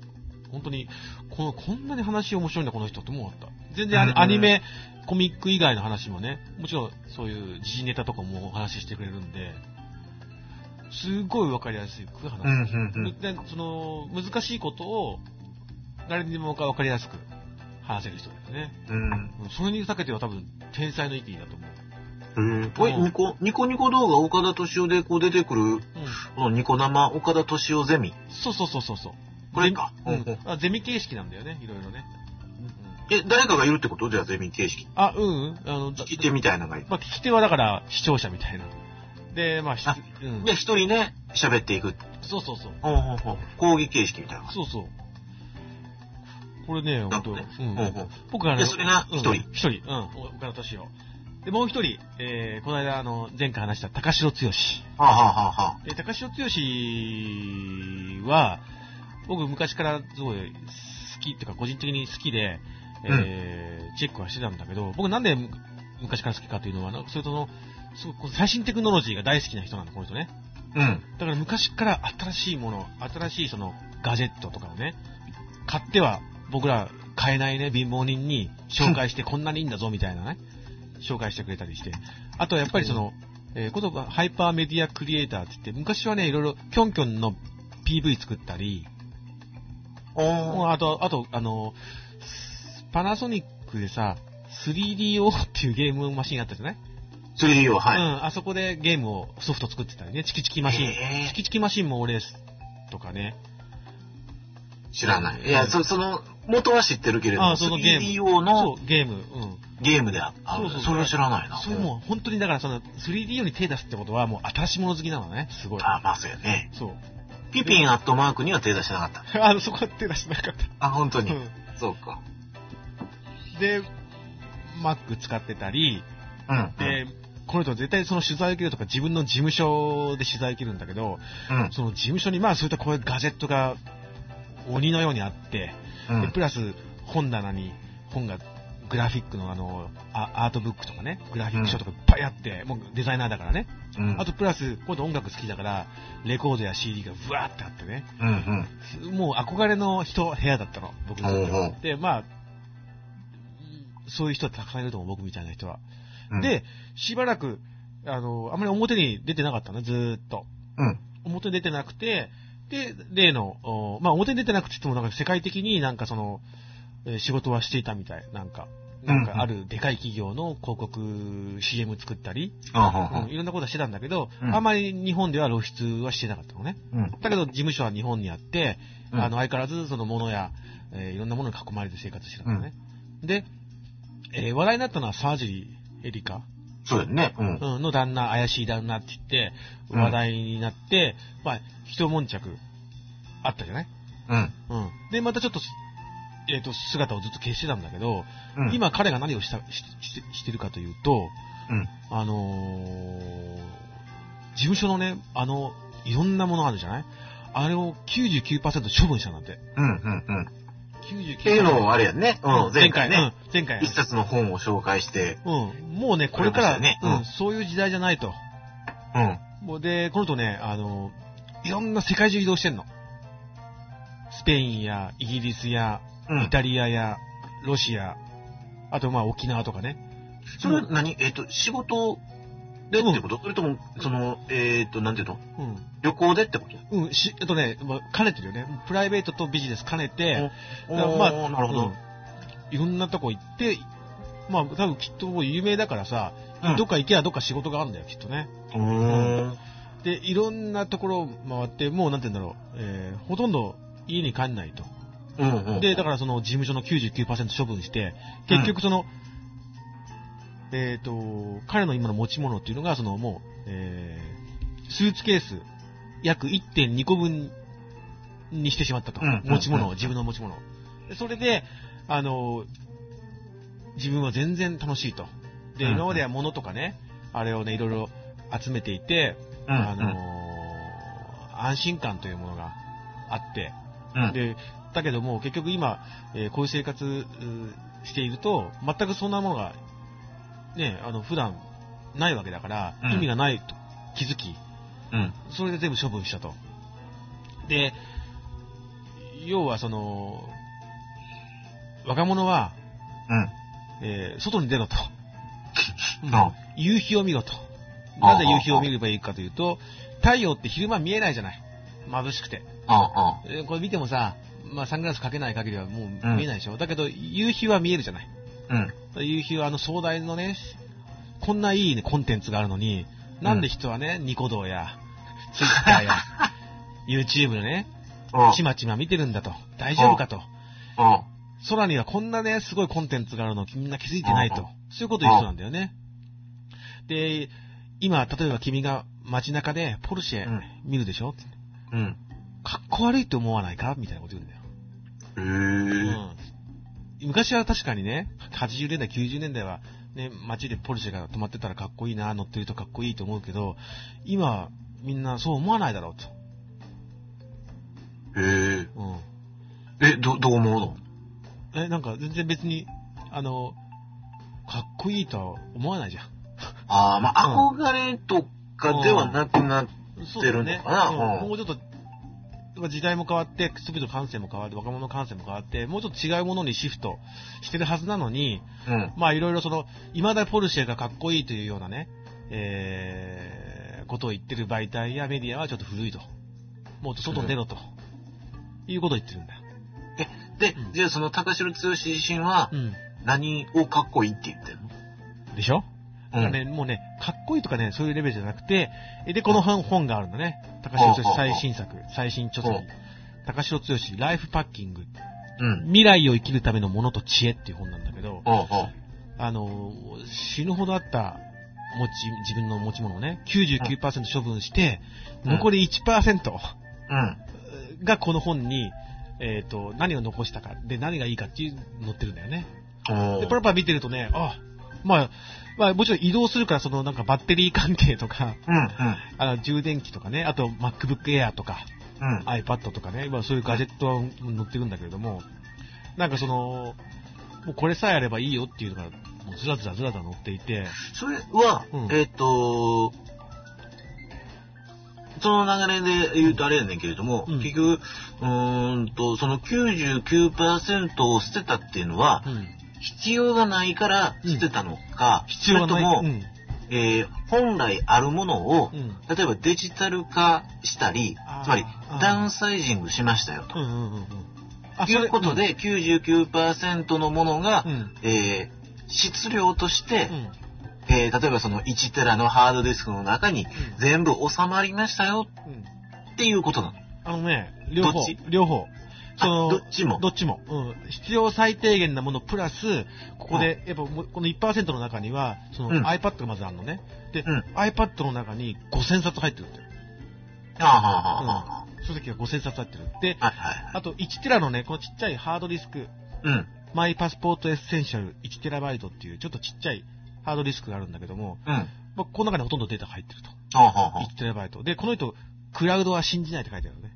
S1: 本当にこの、こんなに話面白いんだ、この人って思った。全然アニ
S2: うん
S1: アニメ、コミック以外の話もね、もちろんそういう時事ネタとかもお話ししてくれるんで、すごいわかりやすく話す。
S2: うんうんうん。
S1: でその難しいことを誰にでもわかりやすく話せる人だよね。
S2: うん
S1: うんそれに避けては多分、天才の域だと思う。
S2: うん、これ
S1: うん
S2: ニコ、ニコニコ動画岡田敏夫でこう出てくる、このニコ生岡田敏夫ゼミ。
S1: そうそうそうそうそう。
S2: これか。
S1: ゼミ
S2: うんうん
S1: うんあゼミ形式なんだよね、いろいろね。
S2: え、誰かがいるってことじゃあゼミ形式。
S1: あ、うんうん。あの、だ
S2: 聞き手みたいなのがいる。
S1: まあ、聞き手はだから視聴者みたいな。で、まあ、し
S2: あ
S1: うん
S2: で、、一人ね、喋っていく。
S1: そうそうそう。
S2: ほうほうほう。講義形式みたいなのが
S1: そうそう。これね、本当、
S2: なる
S1: うん
S2: ほどねほうほう
S1: 僕がね、
S2: でそれが一人
S1: うん一人、うん、岡田敏夫。で、もう一人、えー、この間、あの、前回話した高城剛。
S2: はあ、はあはあはあ、
S1: で、高城剛は、僕昔からすごい好きっていうか個人的に好きで、えーチェックはしてたんだけど、僕なんで昔から好きかというのは、なんかそれとの、すごいこう最新テクノロジーが大好きな人なの、この人ね。
S2: うん。
S1: だから昔から新しいもの、新しいそのガジェットとかをね、買っては僕ら買えないね、貧乏人に紹介してこんなにいいんだぞみたいなね、紹介してくれたりして。あとはやっぱりその、えー、ことがハイパーメディアクリエイターって言って、昔はね、いろいろキョンキョンの PV 作ったり、
S2: おー
S1: あと、あと、あの、スパナソニックでさ、3DO っていうゲームマシンあったじゃない
S2: 3D を、
S1: う
S2: はい。
S1: ん、あそこでゲームを、ソフト作ってたりね、チキチキマシン。
S2: へー
S1: チキチキマシンも俺ですとかね。
S2: 知らない。いうや、
S1: ん
S2: そその、元は知ってるけれども、
S1: あそのゲーム
S2: 3DO の
S1: そう、ゲーム。うん。
S2: ゲームでああ
S1: そう
S2: る
S1: そうそう
S2: それを知らないな。
S1: それもう本当にだからその 3D に手出すってことはもう新しいもの好きなのね。すごい。
S2: あ、まあそうやね。
S1: そう。
S2: ピピンアットマークには手出してなかった。
S1: あの、そこは手出してなかった。
S2: あ、本当に。
S1: うん
S2: そうか。
S1: で、Mac 使ってたり、
S2: うん。
S1: で、この人は絶対その取材を受けるとか自分の事務所で取材を受けるんだけど、
S2: うん。
S1: その事務所にまあそういったこういうガジェットが鬼のようにあって、
S2: うん。う
S1: で
S2: ん
S1: プラス本棚に本がグラフィックのあのあアートブックとかねグラフィック書とかいっぱいあって、もうデザイナーだからね、
S2: うん。
S1: あとプラス今度音楽好きだからレコードや CD がブワーってあってね
S2: うん。
S1: もう憧れの人部屋だったの僕
S2: うん。
S1: の
S2: ほうほ
S1: でまあそういう人はたくさんいると思う僕みたいな人は、
S2: う。、
S1: でしばらくあのあまり表に出てなかったのずーっと
S2: うん。
S1: 表に出てなくて、で、例の、おまあ、表に出てなくて言っても、なんか世界的になんかその、えー仕事はしていたみたい。なんか、なんかあるでかい企業の広告、CM 作ったり、
S2: あ
S1: うんいろんなことはしてたんだけど、
S2: うん
S1: あんまり日本では露出はしてなかったのね。
S2: うん。うん。
S1: だけど事務所は日本にあって、
S2: うん
S1: あの相変わらずその物や、えーいろんなものに囲まれて生活してたのね。で、えー話題になったのは沢尻エリカ
S2: そうだよね。うん。
S1: うんの旦那、怪しい旦那って言って、
S2: うん
S1: 話題になって、まあ、一悶着あったじゃない
S2: うん。
S1: うん。で、またちょっと、えっ、と、姿をずっと消してたんだけど、
S2: うん、
S1: 今彼が何をしたししてしてるかというと、
S2: うん。
S1: あのー事務所のね、あの、いろんなものあるじゃないあれを99%処分したんだって。
S2: うん。うん。うん。っ
S1: 99%。
S2: ていうのをあれやんね。うん。前回ね。。
S1: うん前回。
S2: 一冊の本を紹介して。
S1: うん。もうね、これから、
S2: これました
S1: う
S2: よねうん
S1: ん、そういう時代じゃないと。
S2: うん。
S1: もうで、この人ね、あの、いろんな世界中移動してんの。スペインやイギリスや
S2: うん
S1: イ。タリアやロシア、あとまあ沖縄とかね。
S2: それは何えっ、と、仕事でってこと、それとも、その、えっ、と、なんていうの
S1: うん。
S2: 旅行でってこと
S1: うん、し、えっとね、まあ兼ねてるよね。プライベートとビジネス兼ねて、だから
S2: まあ、なるほど。
S1: うんいろんなとこ行って、まあ多分きっともう有名だからさ、
S2: うん
S1: どっか行けばどっか仕事があるんだよ、きっとね。
S2: うーん。
S1: で、いろんなところを回って、もうなんて言うんだろう、えーほとんど家に帰んないと。
S2: うんうん。
S1: で、だからその事務所の99%処分して、結局その、えっ、と、彼の今の持ち物っていうのが、そのもう、えースーツケース約1.2個分にしてしまったと。
S2: うん
S1: 持ち物
S2: う
S1: を、
S2: ん
S1: 自分の持ち物を。でそれで、あの、自分は全然楽しいと。で、
S2: うん
S1: 今までは物とかね、あれをね、いろいろ集めていて、
S2: うん、
S1: あの安心感というものがあって、
S2: うん、
S1: で、だけども、結局今、えーこういう生活うーしていると、全くそんなものが、ね、あの、普段ないわけだから、
S2: うん
S1: 意味がないと気づき、
S2: うん、
S1: それで全部処分したと。で、要はその、若者は、えー外に出ろと。
S2: うん、あ、
S1: 夕日を見ろと。
S2: あ
S1: なぜ夕日を見ればいいかというと、太陽って昼間見えないじゃない。眩しくて。
S2: あ、あ、
S1: えーこれ見てもさ、まあ、サングラスかけない限りはもう見えないでしょ、だけど夕日は見えるじゃない
S2: うん、
S1: 夕日はあの壮大のねこんないい、ね、コンテンツがあるのになんで人はね、ニコ動やツイッター や YouTube のね
S2: あ、
S1: ちまちま見てるんだと大丈夫かと
S2: あ、
S1: 空にはこんなねすごいコンテンツがあるのみんな気づいてないと
S2: うん
S1: そういうこと言う人なんだよねで今例えば君が街中でポルシェ
S2: うん
S1: 見るでしょ、
S2: うん、
S1: かっこ悪いと思わないかみたいなこと言うんだよ
S2: えー、
S1: うん昔は確かにね、80年代、90年代は、ね、街でポルシェが止まってたらかっこいいな、乗ってるとかっこいいと思うけど、今、みんなそう思わないだろう
S2: えー、
S1: と。うん。
S2: え、ど、どう思うの
S1: え、なんか全然別に、あの、かっこいいとは思わないじゃん。
S2: ああ、まあ、憧れとかではなくな、
S1: そ
S2: てるのかな
S1: うん
S2: うん
S1: もうちょっと、やっぱ時代も変わって、人々の感性も変わって、若者の感性も変わって、もうちょっと違うものにシフトしてるはずなのに、
S2: うん、
S1: まあいろいろその、未だポルシェがかっこいいというようなね、えー、ことを言ってる媒体やメディアはちょっと古いと。もっと外に出ろと。いうことを言ってるんだ。
S2: で、じゃあその高城剛自身は
S1: う
S2: 何をかっこいいって言ってるの
S1: ん。でしょ、
S2: う
S1: だからね、もうね、かっこいいとかね、そういうレベルじゃなくて、えで、この本本があるんだね。高城剛最新作、最新著
S2: ほ
S1: 作
S2: う。
S1: 高城剛、ライフパッキング。
S2: うん、
S1: 未来を生きるためのものと知恵っていう本なんだけど、
S2: あ、あ、
S1: あの、死ぬほどあった持ち、自分の持ち物をね、99%処分して、
S2: うん
S1: 残り1%
S2: うん、
S1: がこの本に、えっ、と、何を残したか、で、何がいいかっていう、載ってるんだよね。
S2: お
S1: で、パラパラ見てるとね、あ、まあ、まあ、もちろん移動するから、そのなんかバッテリー関係とか、
S2: うん、うん、
S1: あの、充電器とかね、あと MacBook Air とか、
S2: うん、
S1: iPad とかね、まあそういうガジェットは載ってるんだけれども、なんかその、もうこれさえあればいいよっていうのが、もうずらずらずらずら載っていて、
S2: それは、
S1: うん
S2: えっ、と、その流れで言うとあれやねんけれども、
S1: うん
S2: 結局、うーんと、その99%を捨てたっていうのは、
S1: うん
S2: 必要がないから捨てたのか、
S1: 必要がない。
S2: それとも、えー本来あるものを、
S1: うん。
S2: 例えばデジタル化したり
S1: あー、
S2: つまり
S1: あー
S2: ダウンサイジングしましたよ
S1: う
S2: と。
S1: んうんうんうんあそ
S2: い
S1: れ
S2: うことで、99%のものが、
S1: うん。
S2: えー質量として、
S1: うん。
S2: えー例えばその1テラのハードディスクの中に全部収まりましたよ
S1: うん。
S2: っていうことなの。
S1: あのね、両
S2: ど
S1: 方
S2: っち。
S1: 両方。そ
S2: あ
S1: の
S2: ど、っちも
S1: ど。っちも。うん。必要最低限なものプラス、ここで、やっぱもうこの1%の中には、その
S2: うん
S1: iPad がまずあるのね。で、
S2: うん
S1: iPad の中に5000冊入ってるんだよ。
S2: ああ、はあ、はあ、は
S1: 書籍が5000冊入ってる。で、
S2: あ。はいはい。
S1: あと1テラのね、このちっちゃいハードディスク、
S2: うん。
S1: マイパスポートエッセンシャル 1TB っていうちょっとちっちゃいハードディスクがあるんだけども、
S2: うん。は
S1: まあ、この中にほとんどデータが入ってると。
S2: あ、はあ、はあ。
S1: 1TB。で、この人、クラウドは信じないって書いてあるのね。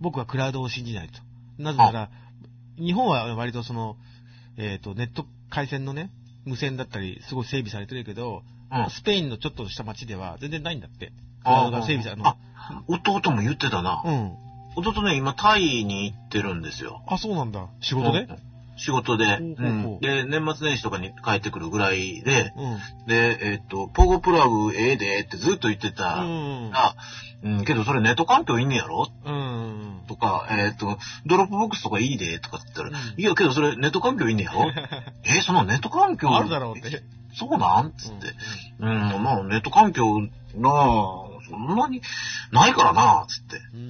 S1: 僕はクラウドを信じないと。なぜなら、日本は割とその、えっ、と、ネット回線のね、無線だったり、すごい整備されてるけど、
S2: うん
S1: スペインのちょっとした町では全然ないんだって。クラ
S2: あ
S1: ウドが整備される
S2: あ、弟も言ってたな。
S1: うん。
S2: 弟ね、今、タイに行ってるんですよ。
S1: あ、そうなんだ。仕事で
S2: うん仕事で。
S1: ほう
S2: う
S1: ほうほうん
S2: で、年末年始とかに帰ってくるぐらいで、
S1: うん。
S2: で、えっと、ポゴプラグええでってずっと言って
S1: う
S2: た
S1: ん。
S2: ら、うん、けどそれネット環境いいんやろ
S1: うん。
S2: とか、えっと、ドロップボックスとかいいでとかって言ったら、
S1: うん
S2: いや、けどそれネット環境いいんやろえ、そのネット環 境。
S1: あるだろうって。。
S2: そうなんつって。うん、まあネット環境なあ、そんなにないからなあ、つって。
S1: うん。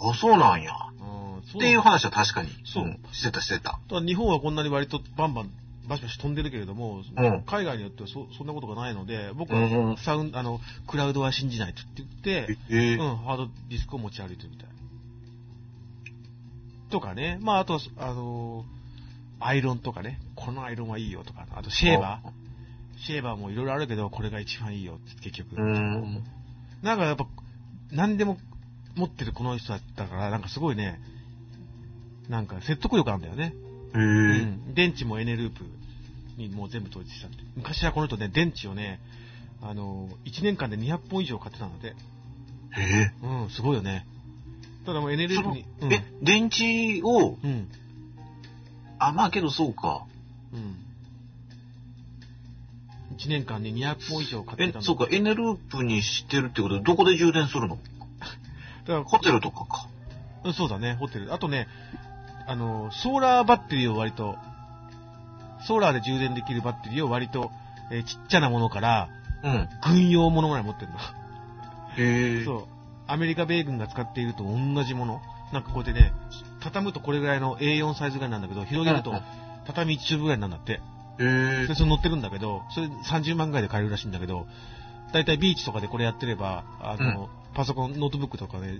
S1: うん。
S2: あ、そうなんや。
S1: あーそ
S2: っていう話は確かに。
S1: そうん
S2: してた、して
S1: だ
S2: た。
S1: から日本はこんなに割とバンバンバシバシ飛んでるけれども、
S2: うん
S1: 海外によってはそそんなことがないので僕
S2: うんう
S1: は
S2: ん
S1: サウン、あのクラウドは信じないって言って、
S2: ええ
S1: うん、ハードディスクを持ち歩いてるみたいとかねまああとはあのーアイロンとかねこのアイロンはいいよとかあとシェーバーシェーバーもいろいろあるけどこれが一番いいよって結局、
S2: うん。
S1: なんかやっぱ、何でも持ってるこの人だったから、なんかすごいね、なんか説得力あるんだよね。
S2: へえ
S1: うん電池もエネループにもう全部統一したって。昔はこの人ね、電池をね、あの、1年間で200本以上買ってたので、
S2: へ
S1: うん、すごいよね。ただもうエネ
S2: え
S1: ルー
S2: そ
S1: プ
S2: の
S1: に、うん、
S2: え、電池を、
S1: うん、
S2: あ、まあけどそうか。
S1: うん。1年間に200本以上買って
S2: え
S1: た、の
S2: そうか、エネループにしてるってことはどこで充電するの
S1: だから
S2: ホテルとかか。
S1: うんそうだね、ホテル。あとね、あの、ソーラーバッテリーを割と、ソーラーで充電できるバッテリーを割と、えーちっちゃなものから、
S2: うん。
S1: 軍用ものぐらい持ってるの。
S2: へえ。
S1: そう。アメリカ米軍が使っていると同じもの。なんかこうやってね、畳むとこれぐらいの A4 サイズぐらいなんだけど、広げると
S2: うんうん
S1: 畳1周ぐらいになるんだって。
S2: へえ
S1: で、。それ乗ってるんだけど、それ30万ぐらいで買えるらしいんだけど、だいたいビーチとかでこれやってれば、あの、パソコン、ノートブックとかね、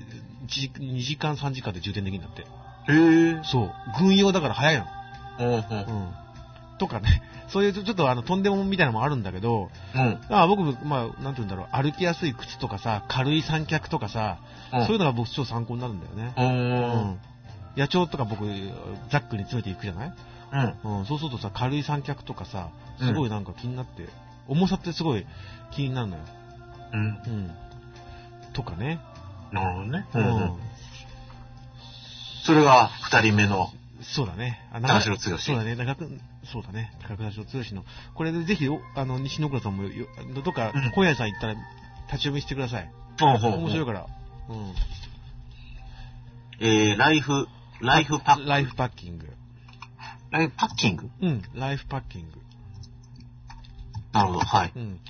S1: 2時間3時間で充電できるんだって。
S2: へえ。
S1: そう。軍用だから早いの。
S2: うんうん。
S1: うん。とかね、 そういうちょちょっとあの、とんでもんみたいなのもあるんだけど、
S2: うん。
S1: まあ僕、まあ、なんて言うんだろう、歩きやすい靴とかさ、軽い三脚とかさ、そういうのが僕超参考になるんだよね。う
S2: うん。
S1: ん。野鳥とか僕、ザックに詰めていくじゃない
S2: うん。
S1: うん。そうするとさ、軽い三脚とかさ、
S2: うん
S1: すごいなんか気になって、重さってすごい気になるのよ。
S2: うん。
S1: うん。とかね。
S2: なるほどね。
S1: う
S2: うんん。。それが二人目の。
S1: そうだね。あ
S2: 長城剛
S1: そうだね。長く、そうだね。高倉城剛の。これでぜひ、おあの、西野倉さんもよ、どっか
S2: うん、
S1: 本屋さん行ったら、立ち読みしてください。
S2: ほうほうほ。
S1: 面白いうから。うん。
S2: えー、ライフ、ライフパッ、
S1: ライフパッキング。
S2: ライフパッキング
S1: うん。ライフパッキング。
S2: なるほど、はい。
S1: うん。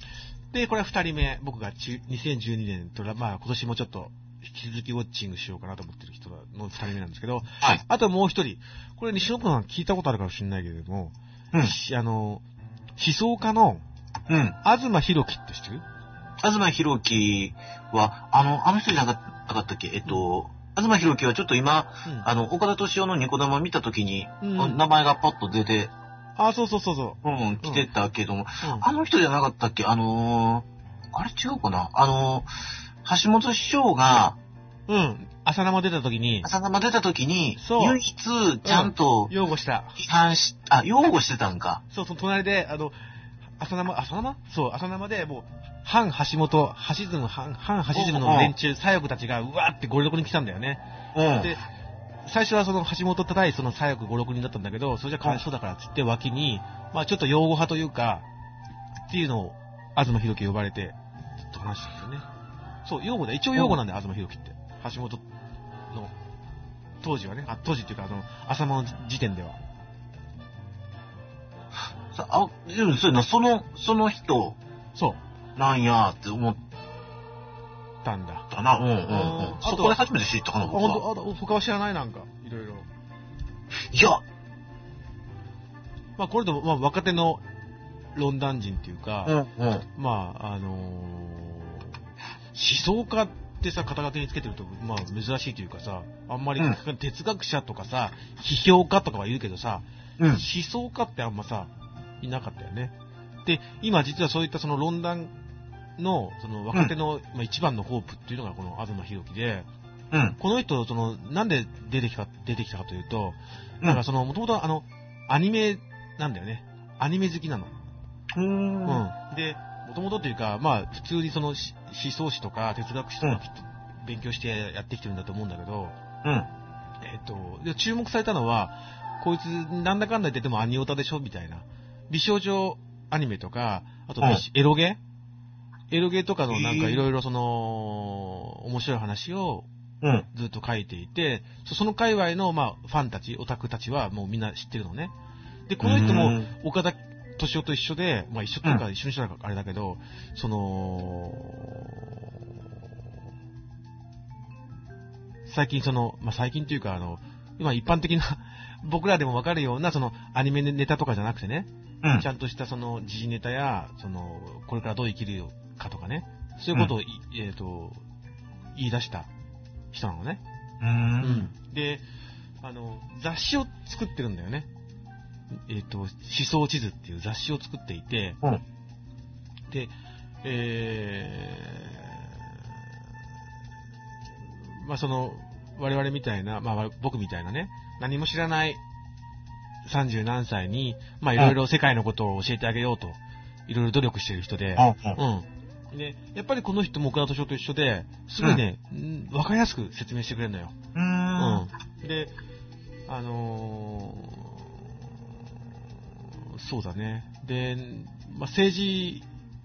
S1: で、これは二人目。僕がち2012年とら、まあ今年もちょっと、引き続きウォッチングしようかなと思ってる人の二人目なんですけど、
S2: はい。
S1: あともう一人。これ西野倉さん聞いたことあるかもしれないけれども、
S2: う
S1: しあの、思想家の、
S2: ん。うん。
S1: 東博樹って知ってる
S2: 東博樹は、あの、あの人じゃなかったっけえっと、東博樹はちょっと今、
S1: うん。
S2: あの、岡田敏夫のニコ玉見たときに、
S1: うん
S2: 名前がパッと出て、
S1: あ、そうそうそうそう。
S2: うん、来てたけども、
S1: うん
S2: あの人じゃなかったっけあのー、あれ違うかなあのー、橋本師匠が、
S1: うん。朝生出た時に、
S2: 朝生出たときに、
S1: そう
S2: 唯一、ちゃんと、
S1: 擁護した。
S2: 批判し、あ、擁護してたんか。
S1: そう、その隣で、あの、朝生、朝生そう、朝生で、もう、反橋本、橋シズム、反、反橋シズムの連中、左翼たちが、うわーってゴリゴリに来たんだよね。
S2: うん。
S1: で、最初はその橋本叩いその左翼5、6人だったんだけど、それじゃかわいそうだからって言って脇に、まあちょっと擁護派というか、っていうのを、東博樹呼ばれて、ずっと話してたんだよね。そう、擁護だ。一応擁護なんだよ、東博樹って。橋本の当時はね、あ当時っていうか、あの、朝間の時点では。
S2: さあ、でもそうやな、その、その人
S1: そう、
S2: なんやって思っ
S1: たんだ。
S2: たな。うんうん
S1: あ
S2: うん。
S1: ー
S2: そこで初めて知ったかな、
S1: あ、
S2: 僕
S1: ほん
S2: は。
S1: と、あ他は知らないなんか、いろいろ。
S2: いや、
S1: まあ、これでも、まあ、若手のロンダン人っていうか、
S2: うんうん。
S1: まあ、あのー思想家ってさ、肩書きにつけてると、まあ、珍しいというかさ、あんまり、
S2: う
S1: 哲学者とかさ、批評家とかは言うけどさ、
S2: うん
S1: 思。想家ってあんまさ、いなかったよね。で、今実はそういったその論壇の、その若手の、まあ、一番のホープっていうのがこの東博樹で、
S2: うん。
S1: この人、その、なんで出てきた、出てきたかというと、
S2: うん
S1: なんかその、もともとあの、アニメなんだよね。アニメ好きなの。
S2: うん。うん。
S1: うん、で、もともとというか、まあ、普通にそのし思想史とか哲学史と
S2: うん
S1: かきっと勉強してやってきてるんだと思うんだけど、えっと、で注目されたのは、こいつ、なんだかんだ言っててもアニオタでしょみたいな。美少女アニメとか、あと
S2: うん
S1: 美しエロゲーエロゲーとかのなんか
S2: えー
S1: いろいろその、面白い話を
S2: うん。
S1: ずっと書いていて、そその界隈のまあファンたち、オタクたちはもうみんな知ってるのね。で、この人も、
S2: うん、
S1: 岡田敏夫と一緒で、まあ、一緒っていうか一緒にしたらあれだけど、その、最近その、まあ、最近というか、あの、今一般的な、 僕らでもわかるような、その、アニメネタとかじゃなくてね、
S2: うん
S1: ち。ゃんとしたその、時事ネタや、その、これからどう生きるかとかね、そういうことをい、えっ、と、言い出した人なのね。
S2: うん。
S1: で、あの、雑誌を作ってるんだよね。えっ、と、思想地図っていう雑誌を作っていて、
S2: うん
S1: で、えー、まあその、我々みたいな、まあわ僕みたいなね、何も知らない30何歳に、まあいろいろ世界のことを教えてあげようと、いろいろ努力してる人で、うん。で、やっぱりこの人も岡田敏夫と一緒で、すぐね、うんわ、かりやすく説明してくれるのよ。
S2: うん。
S1: うん。で、あのーそうだね。で、まあ、政治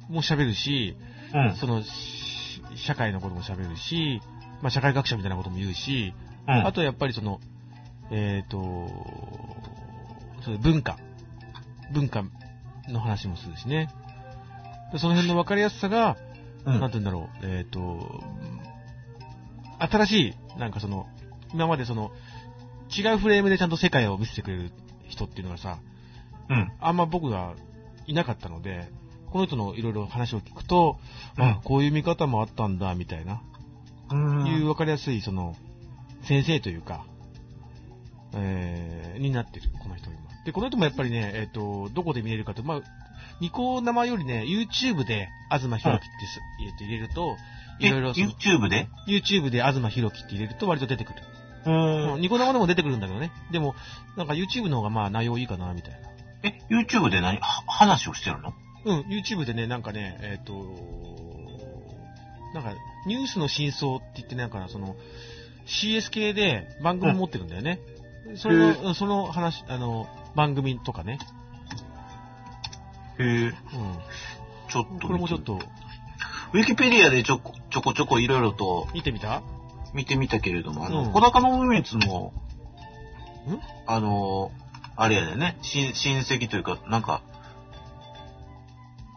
S1: も喋るし、
S2: うん。
S1: その、し社会のことも喋るし、まあ、社会学者みたいなことも言うし、
S2: うん。
S1: あとやっぱりその、えっ、と、そういう文化。文化の話もするしね。でその辺の分かりやすさが、
S2: う
S1: なん
S2: ん。
S1: て言うんだろう、えっ、と、新しい、なんかその、今までその、違うフレームでちゃんと世界を見せてくれる人っていうのがさ、
S2: うん。
S1: あんま僕がいなかったので、この人のいろいろ話を聞くと、
S2: うん
S1: あこういう見方もあったんだ、みたいな、
S2: うん。
S1: いう分かりやすい、その、先生というか、えー、になってる、この人今。で、この人もやっぱりね、えっ、と、どこで見れるかと、まあ、ニコ生よりね、YouTube で、東博樹ってす、えーと入れると、
S2: え
S1: いろいろその、
S2: YouTube で
S1: YouTube で東博樹って入れると割と出てくる。
S2: う。
S1: うんんニコ生でも出てくるんだけどね。でも、なんか YouTube の方がまあ内容いいかな、みたいな。
S2: え、YouTube で何は話をしてるの
S1: うん、YouTube でね、なんかね、えっ、と、なんか、ニュースの真相って言ってなんか、その、CS 系で番組持ってるんだよね。それ
S2: へー
S1: の、うんその話、あの、番組とかね。
S2: へえ、
S1: う
S2: ちょっと
S1: ん。
S2: 見て。
S1: これもちょっと、
S2: ウィキペディアでちょこちょこちょこいろいろと
S1: 見てみた
S2: 見てみたけれども、あの、
S1: うん
S2: 小高の海光も
S1: ん、
S2: あの、あれやでね、親親戚というか、なんか、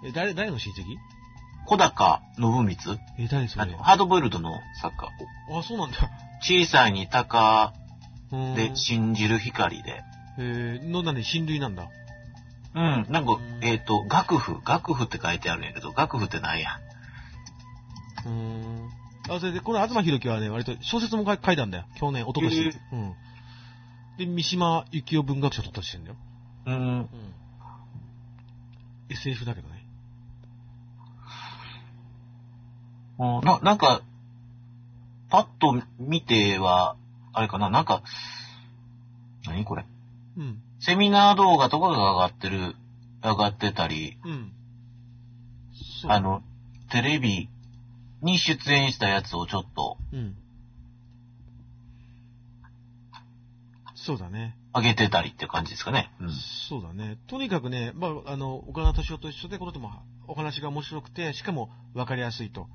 S1: え、誰、誰の親戚
S2: 小高信光
S1: え、誰そ
S2: あ
S1: れ
S2: の、ハードボイルドの作家。
S1: あ、そうなんだ。
S2: 小さいに鷹
S1: うん。
S2: で信じる光で。
S1: えー、の、なんで、親類なんだ。
S2: うん、なんか、えっ、と、楽譜、楽譜って書いてあるんやけど、楽譜ってなんや。
S1: うーん。あ、それで、この東博樹はね、割と小説も書い書いたんだよ。去年、おとと
S2: へえ
S1: し。うん。で、三島由紀夫文学賞取ったりしてんだよ。
S2: うん。
S1: うん。SF だけどね。
S2: な、なんか、パッと見ては、あれかな、なんか、何これ
S1: うん。
S2: セミナー動画とかが上がってる、上がってたり、
S1: うん。そう
S2: あ、の、テレビに出演したやつをちょっと
S1: うん。そうだね。
S2: 上げてたりって感じですかね。うん。
S1: そうだね。とにかくね、まあ、あの、岡田敏夫と一緒で、この人もお話が面白くて、しかも分かりやすいと。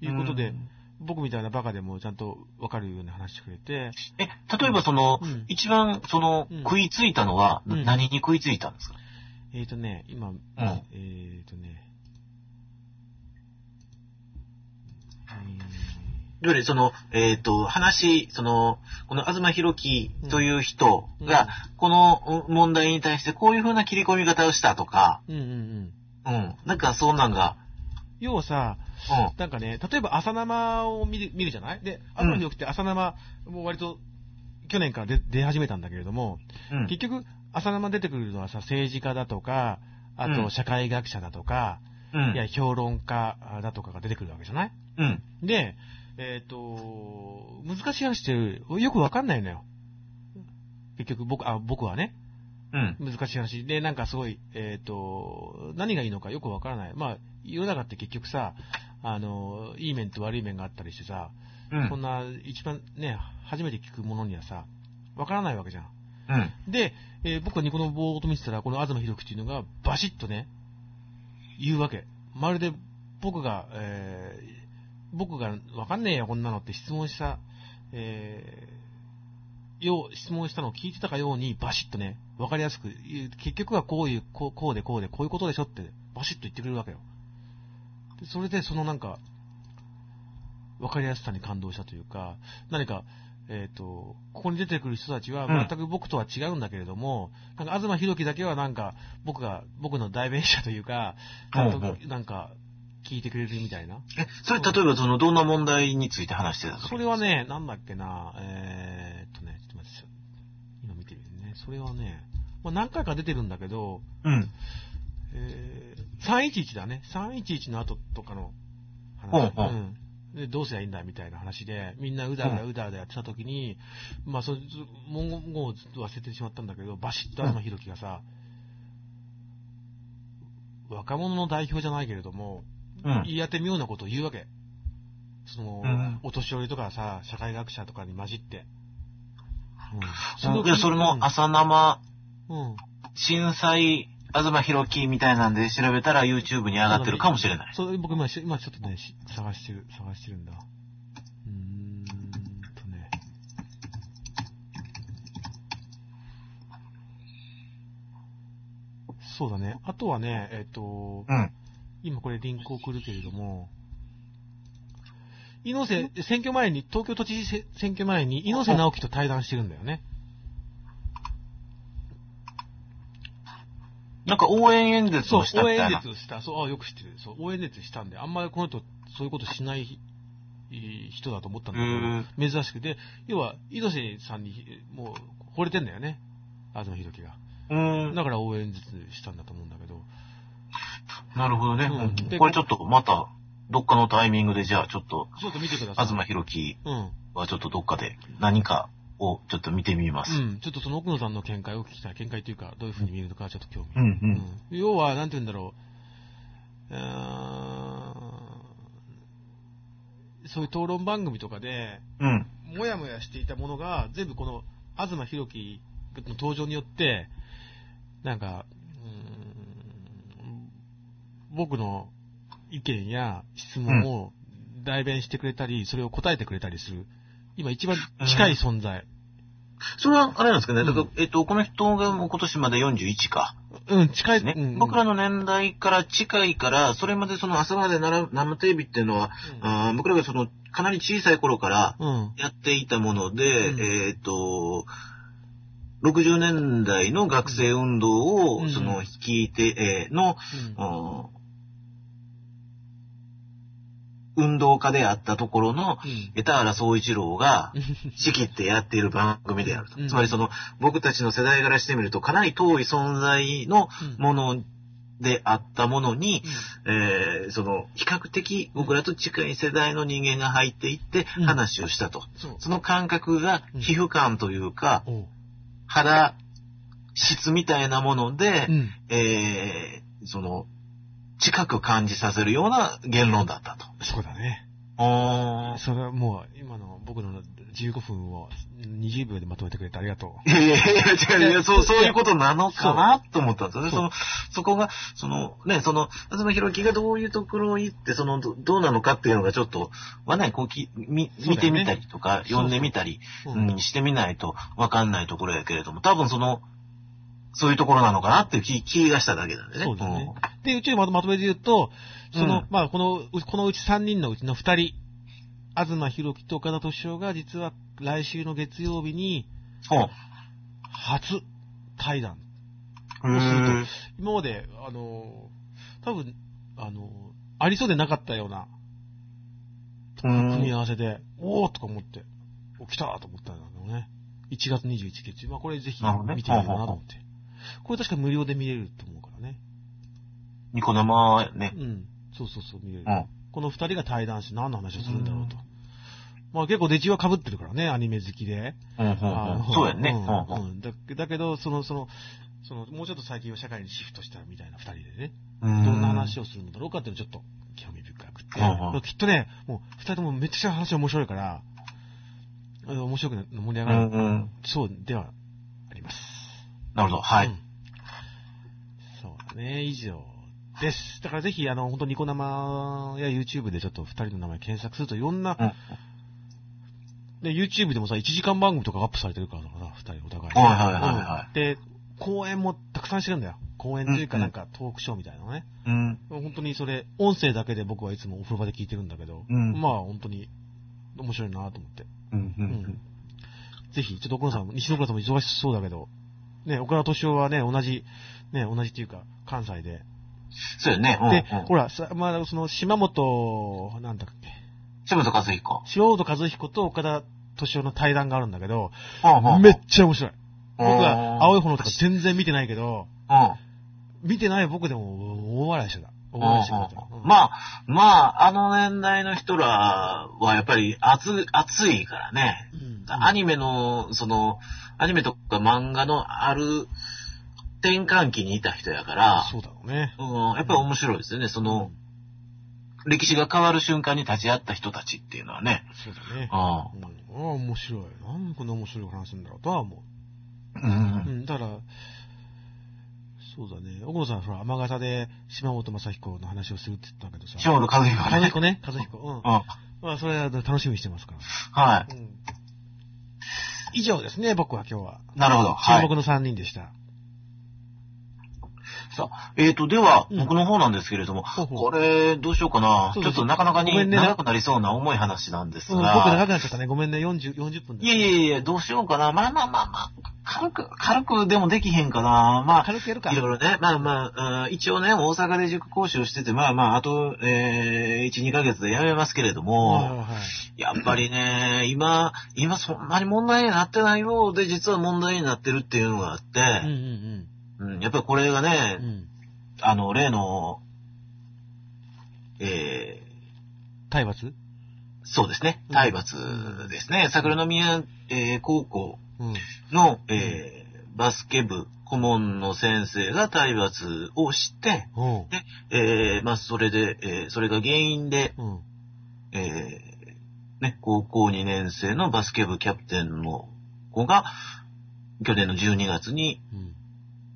S1: いうことで、
S2: うん
S1: 僕みたいなバカでもちゃんとわかるように話してくれて、
S2: え、例えばその、
S1: うん
S2: 一番その、
S1: うん
S2: 食いついたのは、
S1: うん
S2: 何に食いついたんですか
S1: えーとね、今、えーとね、
S2: いわゆるその、えっ、と、話、その、この東博樹という人が、このうん問題に対してこういう風な切り込み方をしたとか、
S1: うん、うんうんうん。
S2: うん、なんかそんなんが、
S1: 要はさ、なんかね、例えば朝生を見る見るじゃないで、
S2: うん
S1: 朝に起きて朝生、もう割と去年から出出始めたんだけれども、
S2: うん、うん、
S1: 結局、朝生出てくるのはさ、政治家だとか、あ
S2: うん
S1: と社会学者だとか、
S2: うん、
S1: いや、評論家だとかが出てくるわけじゃない
S2: うん、
S1: で、えっ、と、難しい話ってよくわかんないのよ。結局僕、あ、僕はね。
S2: うん、
S1: 難しい話で、なんかすごい、えっ、と、何がいいのかよくわからない。まあ、世の中って結局さ、あの、いい面と悪い面があったりしてさ、
S2: うん、
S1: こんな一番ね、初めて聞くものにはさ、わからないわけじゃん。
S2: うん、
S1: で、えー僕がニコのぼーっと見てたら、この東博樹っていうのがバシッとね、言うわけ。まるで僕が、えー僕がわかんねえよ、こんなのって質問した、えーよう、質問したのを聞いてたかように、バシッとね、わかりやすく、言う結局はこういう、こうこうでこうで、こういうことでしょって、バシッと言ってくれるわけよ。でそれで、そのなんか、わかりやすさに感動したというか、何か、えっ、と、ここに出てくる人たちは
S2: うん
S1: 全く僕とは違うんだけれども、なんか東博樹だけはなんか、僕が、僕の代弁者というか、ちゃん
S2: うん
S1: となんか、聞いてくれるみたいな。
S2: え、それ例えばその、どんな問題について話してたの
S1: それはね、なんだっけな、えー、っとね、ちょっと待って、今見てみるね。それはね、まあ、何回か出てるんだけど、
S2: うん、
S1: えー、311だね。311の後とかの話。
S2: うんうん
S1: んでどうすりゃいいんだみたいな話で、みんなうだうだうだうだやってた時に、まあ、それず文言をずっと忘れてしまったんだけど、バシッと東博樹がさ、若者の代表じゃないけれども、
S2: うん、
S1: 言い当て妙なことを言うわけ。その、
S2: うん
S1: お年寄りとかさ、社会学者とかに混じって。うん
S2: いや、それも朝生、
S1: うんうん
S2: 震災、東博樹みたいなんで調べたら YouTube に上がってるかもしれない。
S1: それ僕今し、今ちょっとね、し探してる、探してるんだ。うーんとね。そうだね。あとはね、えっ、と、
S2: うん。
S1: 今これリンク送るけれども、猪瀬、選挙前に、東京都知事選挙前に猪瀬直樹と対談してるんだよね。
S2: なんか応援演説
S1: そう
S2: をした、
S1: 応
S2: みた
S1: 援
S2: い
S1: 演
S2: な。
S1: 説した。そう、あよく知ってる。そう、応援演説したんで、あんまりこの人、そういうことしないいい人だと思ったんだけど、珍しくて、要は、猪瀬さんに、もう、惚れてんだよね。東博樹が。
S2: うん。
S1: だから応援演説したんだと思うんだけど。
S2: なるほどね。
S1: うん
S2: うん
S1: で
S2: これちょっとまた、どっかのタイミングで、じゃあちょっと、
S1: ちょっと見てください。
S2: 東博樹
S1: うん。
S2: はちょっとどっかで何かをちょっと見てみます。
S1: うん。ちょっとその奥野さんの見解を聞きたい。見解というか、どういうふうに見るのか、ちょっと興味。
S2: うんう。
S1: うんん要は、なんて言うんだろう。うーんそういう討論番組とかで、
S2: うん。
S1: もやもやしていたものが、全部この東博樹の登場によって、なんか、うーん僕の意見や質問を代弁してくれたり、それを答えてくれたりする。今一番近い存在。
S2: それは、あれなんですかね。
S1: うん
S2: だから、えっと、この人がもう今年まで41か。
S1: うん、近い。
S2: ね
S1: うん、
S2: 僕らの年代から近いから、それまでその朝まで生生テレビっていうのは、あー僕らがその、かなり小さい頃から
S1: うん、うん。
S2: やっていたもので、
S1: うん
S2: えっと、60年代の学生運動
S1: う
S2: を、
S1: ん
S2: その、聞いて、えーの、
S1: うん
S2: うん運動家であったところの、江田原総一郎が
S1: うん
S2: 仕切ってやっている番組であると。
S1: うん
S2: つまりその、僕たちの世代からしてみると、かなり遠い存在の
S1: うん
S2: ものであったものに、
S1: う
S2: えーその、比較的僕らと近い世代の人間が入っていって
S1: うん
S2: 話をしたと。
S1: んそう。
S2: その感覚が
S1: うん
S2: 皮膚感というか、
S1: おう
S2: 肌質みたいなもので
S1: う、ん。
S2: えーその、近く感じさせるような言論だったと。
S1: そうだね。
S2: あ
S1: それはもう、今の僕の15分を20秒でまとめてくれてありがとう。
S2: いやいやいや、違う、いや、そう、そういうことなのかなと思ったんですよね。
S1: そう
S2: その、そこが、その、ね、その、東博樹がどういうところを行って、その、どどうなのかっていうのがちょっと、はね、こうき、み、
S1: そうだよ
S2: 見
S1: ね
S2: てみたりと
S1: そう
S2: か、
S1: そう
S2: 読んでみたり、
S1: う
S2: うんん、してみないとわかんないところやけれども、多分その、そういうところなのかなっていう気、気がしただけなんでね。
S1: そうですね。で、うちのまとまとめで言うと、その、
S2: うん
S1: まあ、この、うこのうち3人のうちの2人、東博樹と岡田敏夫が実は来週の月曜日に
S2: うん。ほう
S1: 初対談。
S2: う
S1: ー
S2: ん。
S1: 今まで、あの、多分、あの、ありそうでなかったような組み合わせで、おーとか思って、お来たと思ったんだけどね。1月21日。まあこれぜひ
S2: なるほどね
S1: 見てみようかなと思って。これ確か無料で見れると思うからね。
S2: ニコ生やね。
S1: うん。そうそうそう、見れる。
S2: うん。
S1: この二人が対談して何の話をするんだろうと。まあ結構出中は被ってるからね、アニメ好きで。
S2: うん、うん
S1: あ
S2: う
S1: の
S2: ん。そうやね。
S1: うん
S2: う
S1: うんだだけど、その、その、その、もうちょっと最近は社会にシフトしたみたいな二人でね、
S2: んうん。
S1: どんな
S2: を
S1: 話をするんだろうかっていうのをちょっと興味深くて、
S2: うんうん
S1: きっとね、もう二人ともめっちゃ話面白いから、あの面白くな盛り上
S2: う
S1: がる、
S2: ん、うん。
S1: そうではあります。
S2: なるほど。は
S1: う
S2: い
S1: ん。そうだね、以上です。だからぜひ、あの、本当ニコ生や YouTube でちょっと二人の名前検索するといろんな、
S2: うん
S1: で、YouTube でもさ、1時間番組とかアップされてるからだからな、二人お互い。
S2: はいはいはいは
S1: うんで、公演もたくさんしてるんだよ。公演というか
S2: うん
S1: なんかトークショーみたいなのね。
S2: うん。
S1: 本当にそれ、音声だけで僕はいつもお風呂場で聞いてるんだけど、
S2: うん
S1: まあ本当に面白いなと思って。
S2: うん、う
S1: うん
S2: ん。
S1: ぜひ、ちょっと奥野さん、西野村さんも忙しそうだけど、ね、岡田敏夫はね、同じ、ね、同じっていうか、関西で。
S2: そうやね。うん
S1: で、
S2: うん
S1: ほら、さまあ、その、島本、なんだっけ、
S2: 柴田勝彦。
S1: 島本和彦と岡田敏夫の対談があるんだけど、め
S2: め
S1: っちゃ面白い。僕は、青い
S2: 方
S1: 炎とか全然見てないけど、見てない僕でも大笑いしてた。大笑いしてくれた。うん
S2: まあ、まあ、あの年代の人らはやっぱり熱、熱いからね。
S1: うん
S2: アニメの、その、アニメとか漫画のある転換期にいた人やから、
S1: そうだろうね。
S2: うん、やっぱり面白いですよね。その、歴史が変わる瞬間に立ち会った人たちっていうのはね。
S1: そうだね。
S2: あ
S1: うん、ああ面白い。なんでこんな面白い話するんだろうとは思う。
S2: う。
S1: うんん、だから、そうだね。奥野さん、ほら、天笠で島本正彦の話をするって言ったけどさ。
S2: 島本和彦
S1: 和
S2: ね。
S1: 彦ね。和彦。うん。
S2: うん。
S1: まあ、それは楽しみにしてますか
S2: は
S1: ら。うん。以上ですね、僕は今日は。
S2: い。なるほど。はい
S1: 注目。の3人でした。
S2: さあ、えーと、では、
S1: うん
S2: 僕の方なんですけれども、
S1: ほうほう
S2: これ、どうしようかな。
S1: そうそ
S2: ちょ
S1: う
S2: っとなかな
S1: ご
S2: か
S1: め
S2: に
S1: んね
S2: 長くなりそうな重い話なんです
S1: うん、僕長
S2: が、
S1: くなっちゃったね。ごめんね、40、40分だ
S2: いやいやいや、どうしようかな。まあまあまあまあ、軽く、軽くでもできへんかな。まあ、
S1: 軽くやるか。
S2: いろいろね、まあまあ、うん一応ね、大阪で塾講師をしてて、まあまあ、あと、えー、1、2ヶ月で辞めますけれど
S1: はい
S2: も、
S1: はいはい
S2: やっぱりね、今、今そんなに問題になってないようで、実は問題になってるっていうのがあっ
S1: うん
S2: て、うんやっぱりこれがね
S1: うんうん。う、ん。
S2: あの、例の、えー、
S1: 体罰
S2: そうですね、
S1: うん
S2: 体罰ですね、桜宮、えー高校
S1: うん。
S2: の、えーバスケ部顧問の先生が体罰をして、
S1: おう。
S2: えーまあ、それで、えーそれが原因で、
S1: うん。
S2: えーね、高校2年生のバスケ部キャプテンの子が、去年の12月に、
S1: うん。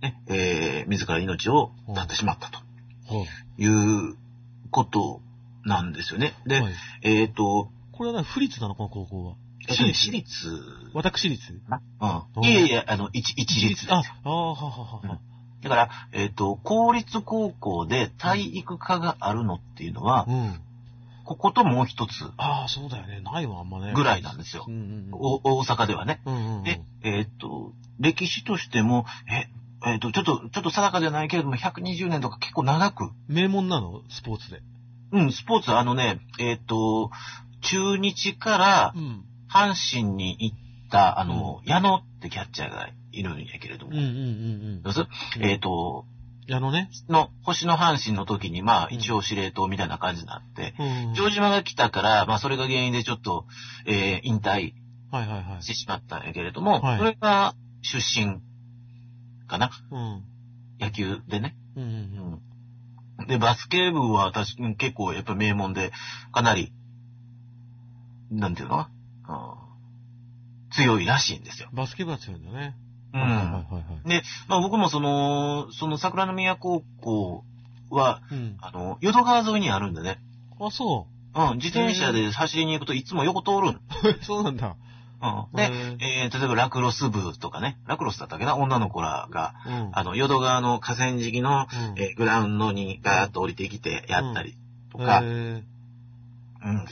S2: ね、えー自ら命を絶ってしまったと
S1: ほう。
S2: いうことなんですよね。で、
S1: はい
S2: えっ、と、
S1: これは何府立なのこの高校は。
S2: え
S1: 私立
S2: 私立
S1: 私立
S2: か
S1: う
S2: うんん。いやいや、あの、一、一律
S1: あ、ああ、はははは。
S2: だから、えっ、と、公立高校で体育科があるのっていうのは、
S1: うん。
S2: ここともう一つ
S1: ああ、そうだよね。ないわ、あんまね。
S2: ぐらいなんですよ
S1: う。んうんうん。
S2: お大阪ではね。
S1: うんうんうん
S2: で、えっ、と、歴史としても、え、えっ、と、ちょっと、ちょっと定かじゃないけれども、120年とか結構長く、
S1: 名門なのスポーツで。
S2: うん、スポーツ、あのね、えっ、と、中日から
S1: うん。
S2: 阪神に行った、あの、矢野ってキャッチャーがいるんやけれど
S1: う
S2: も、
S1: んうんうん
S2: どうする
S1: うん。
S2: えっ、と、
S1: あのね。
S2: の、星の阪神の時に、まあ、
S1: うん
S2: 一応司令塔みたいな感じになって、
S1: うんうん。
S2: 城島が来たから、まあ、それが原因でちょっと、えー引退
S1: はいはいはい
S2: し。てしまったんやけれども、
S1: はい
S2: それが出身かな、
S1: うん。
S2: 野球でね。
S1: うんうんうん。
S2: うんで、バスケ部は私結構やっぱ名門で、かなり、なんていうのうん強いらしいんですよ。
S1: バスケ部は強いんだね。
S2: う
S1: はいはい
S2: ん。
S1: はいはい。
S2: まあ僕もその、その桜の宮高校は、
S1: うん。
S2: あの、淀川沿いにあるんでね。
S1: あ、そ
S2: うん、自転車で走りに行くといつも横通るん。
S1: う。そうなんだ。
S2: うん。で、
S1: へ
S2: えー例えばラクロス部とかね、ラクロスだったっけな、女の子らが、
S1: うん。
S2: あの、淀川の河川敷の、
S1: うん、
S2: えーグラウンドにガーッと降りてきてやったりと
S1: へ
S2: か、
S1: ー
S2: うん、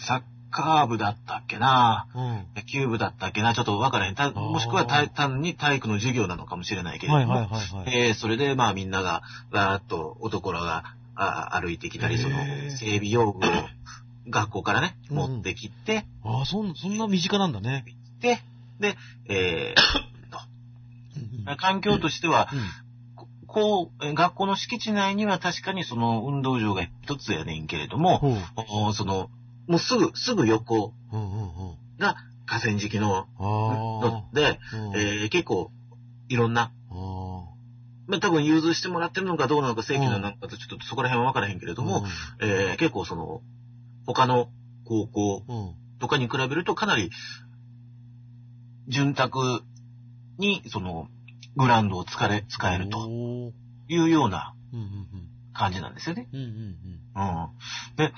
S2: サッカー部だったっけな、
S1: うん。
S2: 野球部だったっけな、ちょっとわからへん。た
S1: ー
S2: もしくは単単に体育の授業なのかもしれないけれど
S1: は
S2: も、
S1: いはいはいはい。
S2: えーそれで、まあみんなが、ガーッと男らがあ歩いてきたり、その
S1: へー、
S2: 整備用具を学校からね、
S1: うん
S2: 持ってきて、
S1: ああ、そん、そんな身近なんだね。
S2: で、で、え
S1: うん
S2: ー環境としては、
S1: う
S2: ここう、えー学校の敷地内には確かにその運動場が一つやねんけれども、
S1: ん。ほ
S2: おその、もうすぐ、すぐ横、
S1: う。うんうんうん。
S2: 河川敷の、
S1: あ
S2: ので、
S1: あ。うん
S2: えー結構、いろんな、
S1: あ
S2: まあ、多分融通してもらってるのかどうなのか、正規なのかと、ちょっとそこら辺は分からへんけれ
S1: あ。
S2: ども、えー結構その、他の高校
S1: うん、うん。
S2: とかに比べるとかなり、潤沢に、その、グラウンドを使え、使えると
S1: おー
S2: いうような
S1: うんうん
S2: 感じなんですよね。
S1: うん。うんうん
S2: うん。で、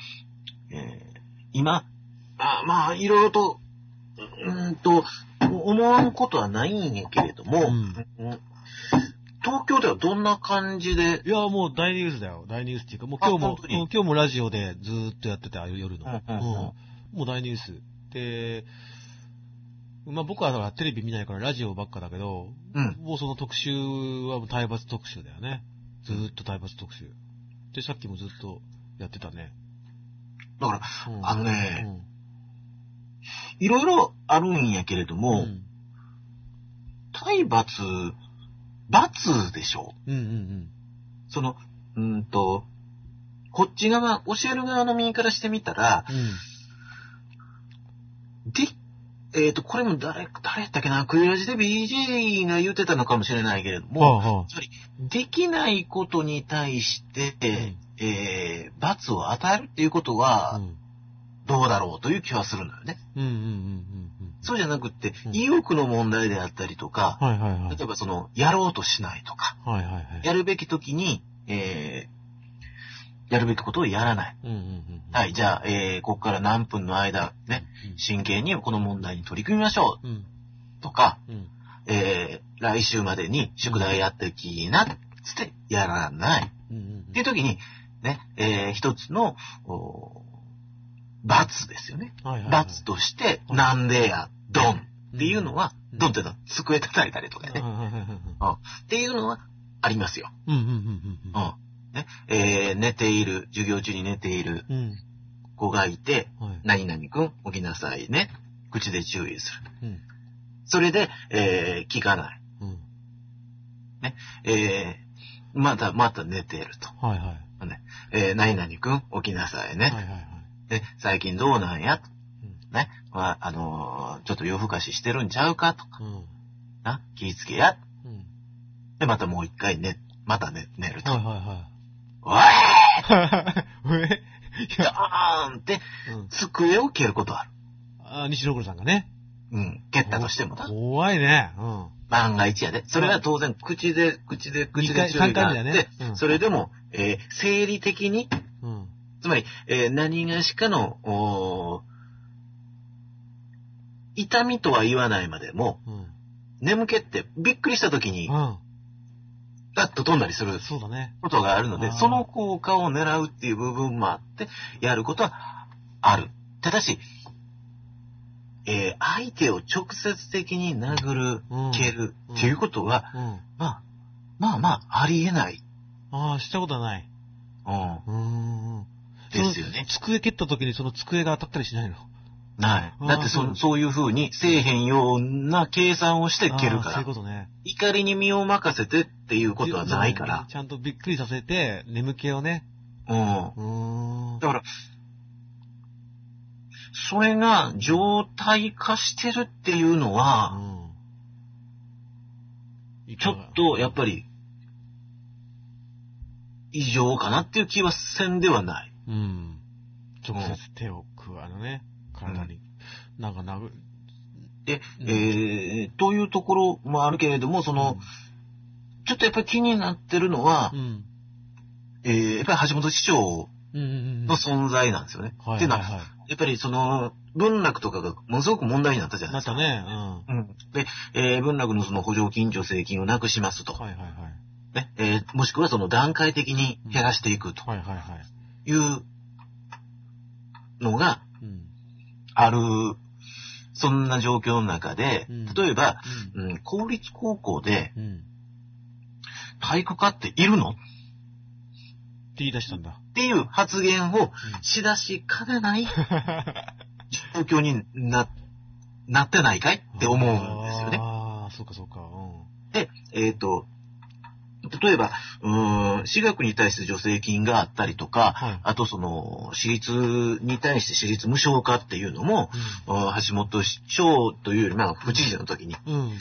S2: えー今、あまあ、いろいろと、うーんと、思わんことはないんやけれど
S1: う
S2: も、
S1: ん
S2: うん東京ではどんな感じで、
S1: うん。いや、もう大ニュースだよ。大ニュースっていうか、もう今日
S2: あ
S1: も
S2: 本、当
S1: うん
S2: に
S1: 今日もラジオでずーっとやってた夜の。
S2: うんうんうん
S1: もう大ニュース。で、まあ僕はだからテレビ見ないからラジオばっかだけど、
S2: うん、
S1: もうその特集はもう体罰特集だよね。ずーっと体罰特集。で、さっきもずっとやってたね。
S2: だから、
S1: うん
S2: あのね、
S1: うん
S2: いろいろあるんやけれども、
S1: うん
S2: 体罰、罰でしょ
S1: うんうん
S2: その、うーんと、こっち側、教える側の身からしてみたら、
S1: うん。うん。
S2: で、えっ、と、これも誰、誰やったっけな、クリアジで BJ が言ってたのかもしれないけれども、
S1: はあはあ
S2: つまり、できないことに対して、えー、罰を与えるっていうこと
S1: う
S2: は、
S1: ん
S2: どうだろうという気はするんだよね。
S1: うんうんうんうん
S2: そうじゃなくって
S1: う、ん
S2: 意欲の問題であったりとか
S1: う、ん。はいはいはい
S2: 例。えばその、やろうとしないとか、
S1: はいはいはい。
S2: やるべき時に、えー、やるべきことをやらない。
S1: うんうんうんうん。
S2: はい、じゃあ、えー、ここから何分の間、ね、真剣にこの問題に取り組みましょ
S1: うん。
S2: うとか、
S1: うん。うん。
S2: えー、来週までに宿題やってきな、つってやらない。
S1: うんうん
S2: っていう時に、ね、えー、一つの、お罰ですよね。
S1: うん。はいはいはい。
S2: 罰として、なんでや、ドンっていうのは、
S1: うん
S2: ドンっていうのは机叩いたりとか
S1: うん
S2: ね、
S1: はいはいはいはい。
S2: っていうのはありますよ。
S1: うんうんうん
S2: うん。ね、えー、寝ている、授業中に寝ている
S1: うん。うん。
S2: 子がいて、
S1: はい。
S2: 何々くん、起きなさいね。口で注意する。
S1: うん。
S2: それで、えー、聞かない。
S1: うん。
S2: えー、また、また寝ていると。
S1: はいはい。
S2: えー、何々くん、起きなさいね。
S1: はいはいはい。
S2: で、最近どうなんやと
S1: う
S2: ね。は、あのーちょっと夜更かししてるんちゃうかとか、
S1: うん。
S2: な。気ぃつけや。
S1: うん。
S2: で、またもう一回寝、また寝、寝ると。
S1: は
S2: お
S1: い
S2: い
S1: はいう
S2: ドーンって、
S1: えうん。
S2: 机を蹴ることある。
S1: あー、西野黒さんがね。
S2: うん。蹴ったとしてもな。
S1: 怖いね。うん。
S2: 万が一やで。それは当然、口で、口で、口で
S1: 二回
S2: 注意があっ
S1: 三回目だ
S2: て
S1: ね、うん
S2: それでも、えー生理的に、
S1: うん。
S2: つまり、えー何がしかの、おー痛みとは言わないまでも、
S1: うん。
S2: 眠気ってびっくりした時に、
S1: う
S2: ガッと飛んだりする
S1: ん。そうだね。
S2: ことがあるの
S1: あ
S2: で、
S1: ー
S2: その効果を狙うっていう部分もあって、やることはある。ただし、えー相手を直接的に殴る、
S1: うん。
S2: 蹴るっていうことは、
S1: うん。
S2: まあ、まあまあ、ありえない。
S1: ああ、したことはない。
S2: うん。
S1: うーん。
S2: ですよね
S1: その机蹴った時にその机が当たったりしないの
S2: ない。だって
S1: あー
S2: そ、そういう風にせえへんような計算をして蹴るか
S1: あーそうい
S2: ら
S1: う。ことね。
S2: 怒りに身を任せてっていうことはないから。
S1: ちゃんとびっくりさせて、眠気をね。
S2: うん。
S1: うーん。
S2: だから、それが状態化してるっていうのは、
S1: うん
S2: ちょっとやっぱり、異常かなっていう気はせんではない。
S1: うん。直接手を加えるね、体に。なんか殴る。
S2: え、
S1: うん
S2: えーというところもあるけれども、その、ちょっとやっぱり気になってるのは
S1: う、ん。
S2: えーやっぱり橋本市長
S1: うん。うんうん。うん
S2: の存在なんですよね。
S1: は
S2: っ
S1: い
S2: ていうの
S1: はい
S2: は、
S1: は
S2: やっぱりその、文楽とかがものすごく問題になったじゃ
S1: い。
S2: ない
S1: な
S2: で
S1: っ
S2: すか。
S1: たね。うん。
S2: うん、で、えー文楽のその補助金助成金をなくしますと、
S1: はいはいはい。
S2: ねえーもしくはその段階的に減らしていくと
S1: はいはいはい。
S2: いうのが
S1: うん。
S2: ある、そんな状況の中で
S1: うん、
S2: 例えば、うん、公立高校で
S1: うん。うん。
S2: 体育科っているのっ
S1: って言い出したんだ。
S2: ていう発言をしだしかねない状況にな、なってないかいって思うんですよね。
S1: ああ、そうかそうか。う
S2: で、えっ、と、例えば、うーん、私学に対して助成金があったりとか、
S1: はい
S2: あとその、私立に対して私立無償化っていうのも、うん橋本市長というより、まあ、府知事の時に
S1: ん。うん。うん。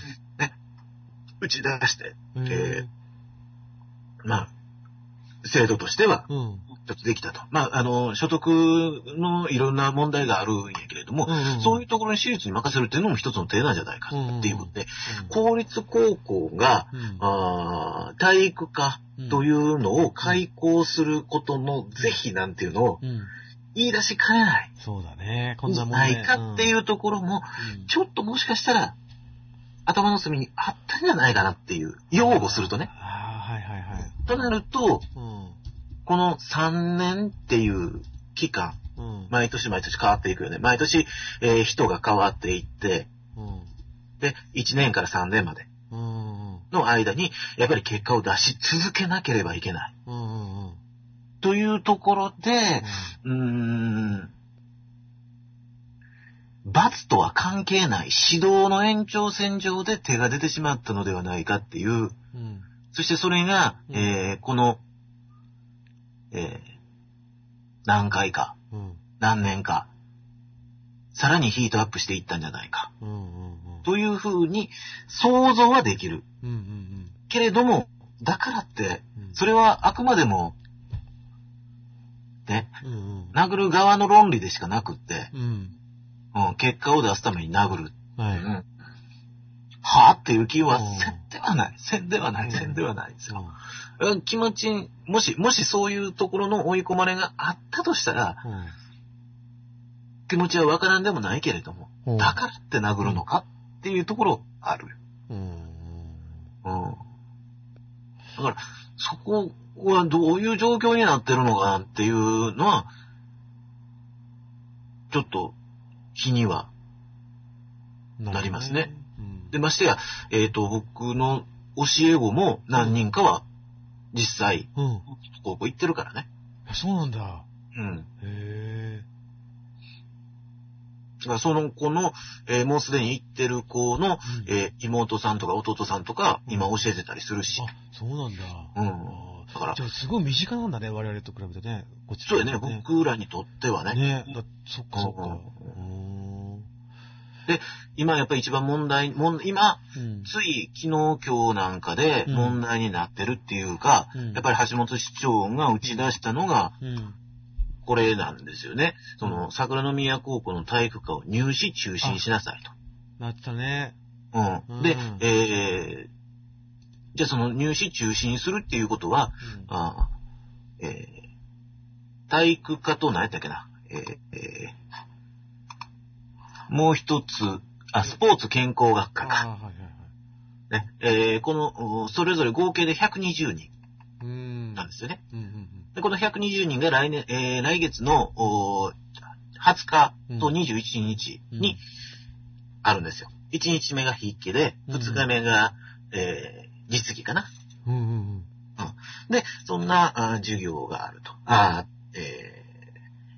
S2: 打ち出して、
S1: え
S2: まあ、制度としては、
S1: ー、うん。うん
S2: ちょっとできたと。まあ、あの、所得のいろんな問題があるんやけれども、
S1: うん。
S2: そういううところに私立に任せるっていうのも一つの手なんじゃないかっていうことで、
S1: ん、
S2: 公立高校が、
S1: うん
S2: あー体育科というのを開校することの是非なんていうのを
S1: うん。うん。
S2: 言い出しかねない。
S1: そうだね。こん
S2: じ
S1: な
S2: ゃ
S1: もん。
S2: ないかっていううところも、
S1: うん
S2: ちょっともしかしたら、頭の隅にあったんじゃないかなっていう、擁護するとね。
S1: ああ、はいはいはい。
S2: となると、
S1: うん。
S2: この3年っていう期間、
S1: うん。
S2: 毎年毎年変わっていくよね。毎年、えー人が変わっていって、
S1: うん。
S2: で、1年から3年まで
S1: うん。うん。
S2: の間に、やっぱり結果を出し続けなければいけない。
S1: うんうんうん。
S2: というところで、うーん、罰とは関係ない指導の延長線上で手が出てしまったのではないかっていう、
S1: うん。
S2: そしてそれが、
S1: うん
S2: えーこの、えー何回か、
S1: うん。
S2: 何年か、さらにヒートアップしていったんじゃないか、
S1: うん。うん。
S2: というふうに想像はできる。
S1: うん。うん。
S2: けれども、だからって、
S1: うん。
S2: それはあくまでも、ね、
S1: うん。うん。
S2: 殴る側の論理でしかなくって、
S1: うん。
S2: うん、結果を出すために殴る。
S1: は
S2: う
S1: い。
S2: んはぁっていう気は
S1: うん
S2: せんではない。せんではな
S1: うん
S2: い。せんではないですよ。うん気持ちに、もし、もしそういうところの追い込まれがあったとしたら、気持ちはわからんでもないけれども、
S1: うん。
S2: だからって殴るのかっていうところある。
S1: うん。
S2: うん。だから、そこはどういう状況になってるのかなっていうのは、ちょっと気にはなりますね。
S1: うん。
S2: で、ましてや、えっ、と、僕の教え子も何人かは、実際、
S1: うん。
S2: 高校行ってるからね。
S1: あそうなんだ。
S2: うん。
S1: へえ。
S2: だからその子の、えーもうすでに行ってる子の、
S1: うん
S2: えー妹さんとか弟さんとか、今教えてたりするし。
S1: あ、そうなんだ。
S2: う
S1: あ
S2: ん。
S1: ー
S2: だから、
S1: じゃあ、すごい身近なんだね、我々と比べてね。こっち
S2: そうやね、僕らにとっては
S1: ね。
S2: ね、
S1: だそっかそっか。
S2: う
S1: うーん。
S2: 今やっぱり一番問題、もん今、
S1: うん
S2: つい昨日今日なんかで
S1: うん
S2: 問題になってるっていうか、
S1: うん
S2: やっぱり橋本市長が打ち出したのが、
S1: うん。
S2: これなんですよね。その、桜の宮高校の体育科を入試中止にしなさい
S1: なってたね。
S2: と。う
S1: うん
S2: ん。で、えー、じゃあその入試中止にするっていうことは、
S1: うん
S2: あーえー、体育科と何やったっけな、えーえーもう一つ、あ、スポーツ健康学
S1: あ
S2: 科
S1: ー
S2: か。
S1: はいはいはい。
S2: ね。えーこの、おそれぞれ合計で120人
S1: うーん。
S2: なんですよね。
S1: うんうん
S2: で、この120人が来年、えー来月の、おー20日と
S1: うん
S2: 21日
S1: うん。
S2: にあるんですよ。1日目が筆記で、
S1: うん
S2: 2日目が、えー実技かな。
S1: うんうんうん。
S2: で、そんなあー授業があると。あーえー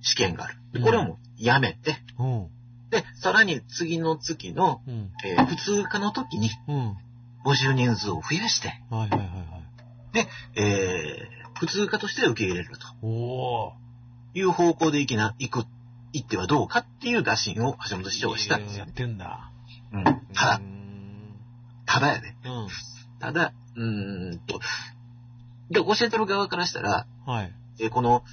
S2: 試験がある。で
S1: うん
S2: これをもうやめて、
S1: うん。
S2: で、さらに次の月の、
S1: うん。
S2: えー普通科の時に
S1: うん。
S2: 募集人数を増やして、
S1: はいはいはいはい。
S2: えー普通科として受け入れると
S1: おお。
S2: いう方向でいきな、いく、行ってはどうかっていう打診を橋本市長がしたんですよ
S1: やっ
S2: ね。
S1: てんだ。
S2: うん。ただ
S1: うー、ん。
S2: ただやね。
S1: うん。
S2: ただ、うーんと、で、教えてる側からしたら、
S1: はい。
S2: えーこの、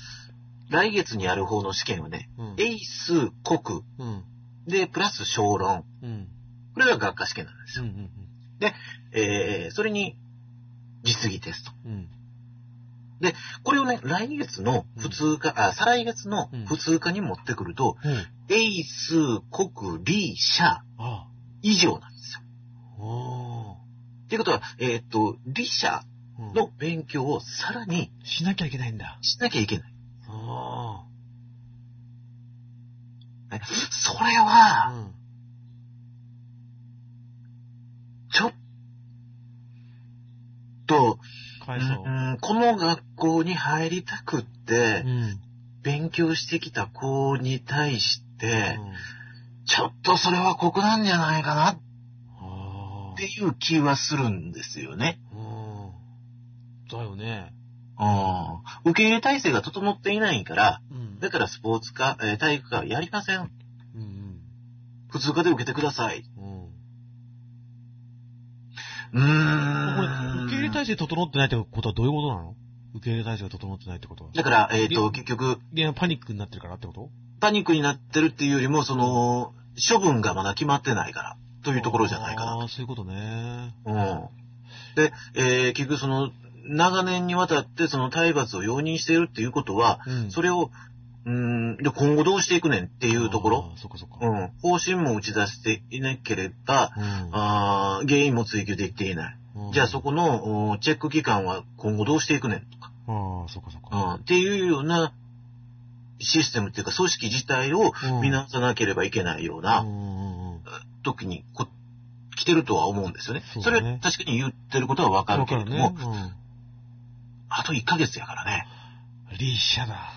S2: 来月にある方の試験はね、
S1: うん。
S2: 英数国
S1: うん。
S2: で、プラス小論。
S1: うん。
S2: これが学科試験なんです
S1: うん。う
S2: よ。
S1: ん。
S2: えー、それに、実技テスト。
S1: うん。
S2: これをね、来月の普通科、あ、再来月の普通科に持ってくると、
S1: うん。
S2: 英数国理社
S1: あ
S2: 以上なんですよ。
S1: あ。お
S2: っていうことは、えーっと、理社
S1: ー。
S2: の勉強をさらに
S1: しなきゃいけないんだ。
S2: しなきゃいけない。
S1: あ
S2: ねそれは、
S1: あ。
S2: ちょっと、
S1: かわいそう
S2: う。んこの学校に入りたくって
S1: う、ん。
S2: 勉強してきた子に対して、
S1: うん
S2: ちょっとそれは酷なんじゃないかな
S1: あ
S2: っていう気はするんですよね。
S1: あ。うん。だよね。
S2: うん。受け入れ体制が整っていないから、
S1: うん。
S2: だからスポーツ科、えー体育科はやりません。
S1: うん
S2: 普通科で受けてください。
S1: うん。うん。
S2: う
S1: これ、
S2: ーん。
S1: 受け入れ体制整ってないってことはどういうことなの受け入れ体制が整ってないってことは。
S2: だから、えっ、と、結局、
S1: いや、パニックになってるからってこと
S2: パニックになってるっていうよりも、その、処分がまだ決まってないから、というところじゃないか
S1: ああ、そういうことね。
S2: な。うん。で、えー結局その、長年にわたってその体罰を容認しているっていうことは、
S1: うん。
S2: そ
S1: れ
S2: れを、うーん、で、今後どうしていくねんっていうところ、。
S1: そっかそっか。。
S2: うんん、方針も打ち出していなければ、あー原因も追及できていない。
S1: うん
S2: じゃあそ。このおチェック機関は今後どうしていくねんとか、
S1: ああ、そっかそっ
S2: う
S1: か。
S2: ん、っていうようなシステムっていうか組織自体を
S1: うん
S2: 見直さなければいけないよう
S1: うん
S2: な
S1: うんうん。
S2: 時にこ来てるとは思うんですよね。
S1: そう
S2: そ
S1: だね
S2: れは確かに言ってることはわかるけれど
S1: わ
S2: も、
S1: かるね。
S2: あと1ヶ月やからね。
S1: うん。リーシャだ。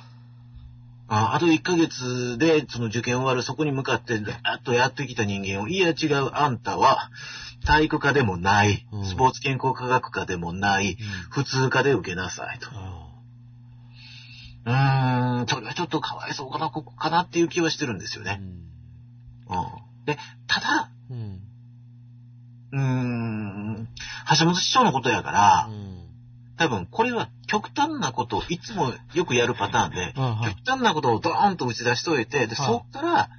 S2: ああと1ヶ月で、その受験終わる、そこに向かって、あっとやってきた人間を、いや違う、あんたは、体育科でもない
S1: うん、
S2: スポーツ健康科学科でもない、
S1: うん。
S2: 普通科で受けなさいと。
S1: あ
S2: うーん、それはちょっとかわいそうかな、ここかなっていう気はしてるんですよ
S1: あ。う
S2: ね。
S1: ん。
S2: うん。で、ただ、
S1: うん。
S2: うーん、橋本市長のことやか
S1: う
S2: ら、
S1: ん。
S2: 多分これは極端なことをいつもよくやるパターンで、
S1: あはい
S2: 極端なことをドーンと打ち出しといて、で、
S1: はい
S2: そっから、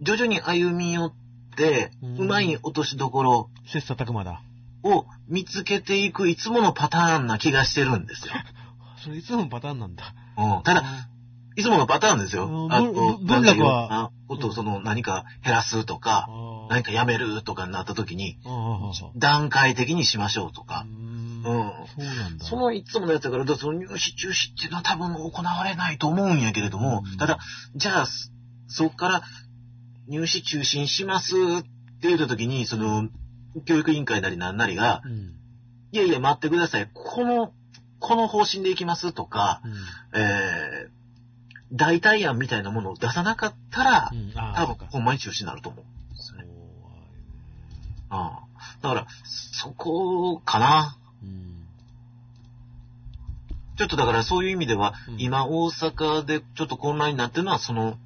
S2: 徐々に歩み寄って、
S1: うん
S2: うまい落としどころ
S1: 切磋琢磨だ。
S2: を見つけていくいつものパターンな気がしてるんで すよ。
S1: それいつものパターンなんだ。
S2: うん、ただ、いつものパターンですよ。
S1: うん
S2: あ
S1: ぶ
S2: と、
S1: ぶ文楽は
S2: なんかいろんなことをその何か減らすと
S1: ああ
S2: か、何かやめるとかになった時に、
S1: ああああそう
S2: 段階的にしましょうとか。
S1: ん
S2: うん。
S1: そうなんだ。
S2: そのいつものやつだから、だからその入試中止っていうのは多分行われないと思うんやけれども
S1: うん、
S2: ただ、じゃあ、そそっから入試中止にしますって言った時に、その、教育委員会なりなんなりが、
S1: うん。
S2: いやいや待ってください、この、この方針でいきますとか、
S1: うん。
S2: えー、代替案みたいなものを出さなかったら、
S1: うん。ああ、そ
S2: 多分
S1: うか。
S2: ほんまに中止になると思う。
S1: そうは
S2: うん。だから、そこかな。
S1: うん。
S2: ちょっとだからそういう意味では、
S1: うん
S2: 今大阪でちょっと混乱になってるのはその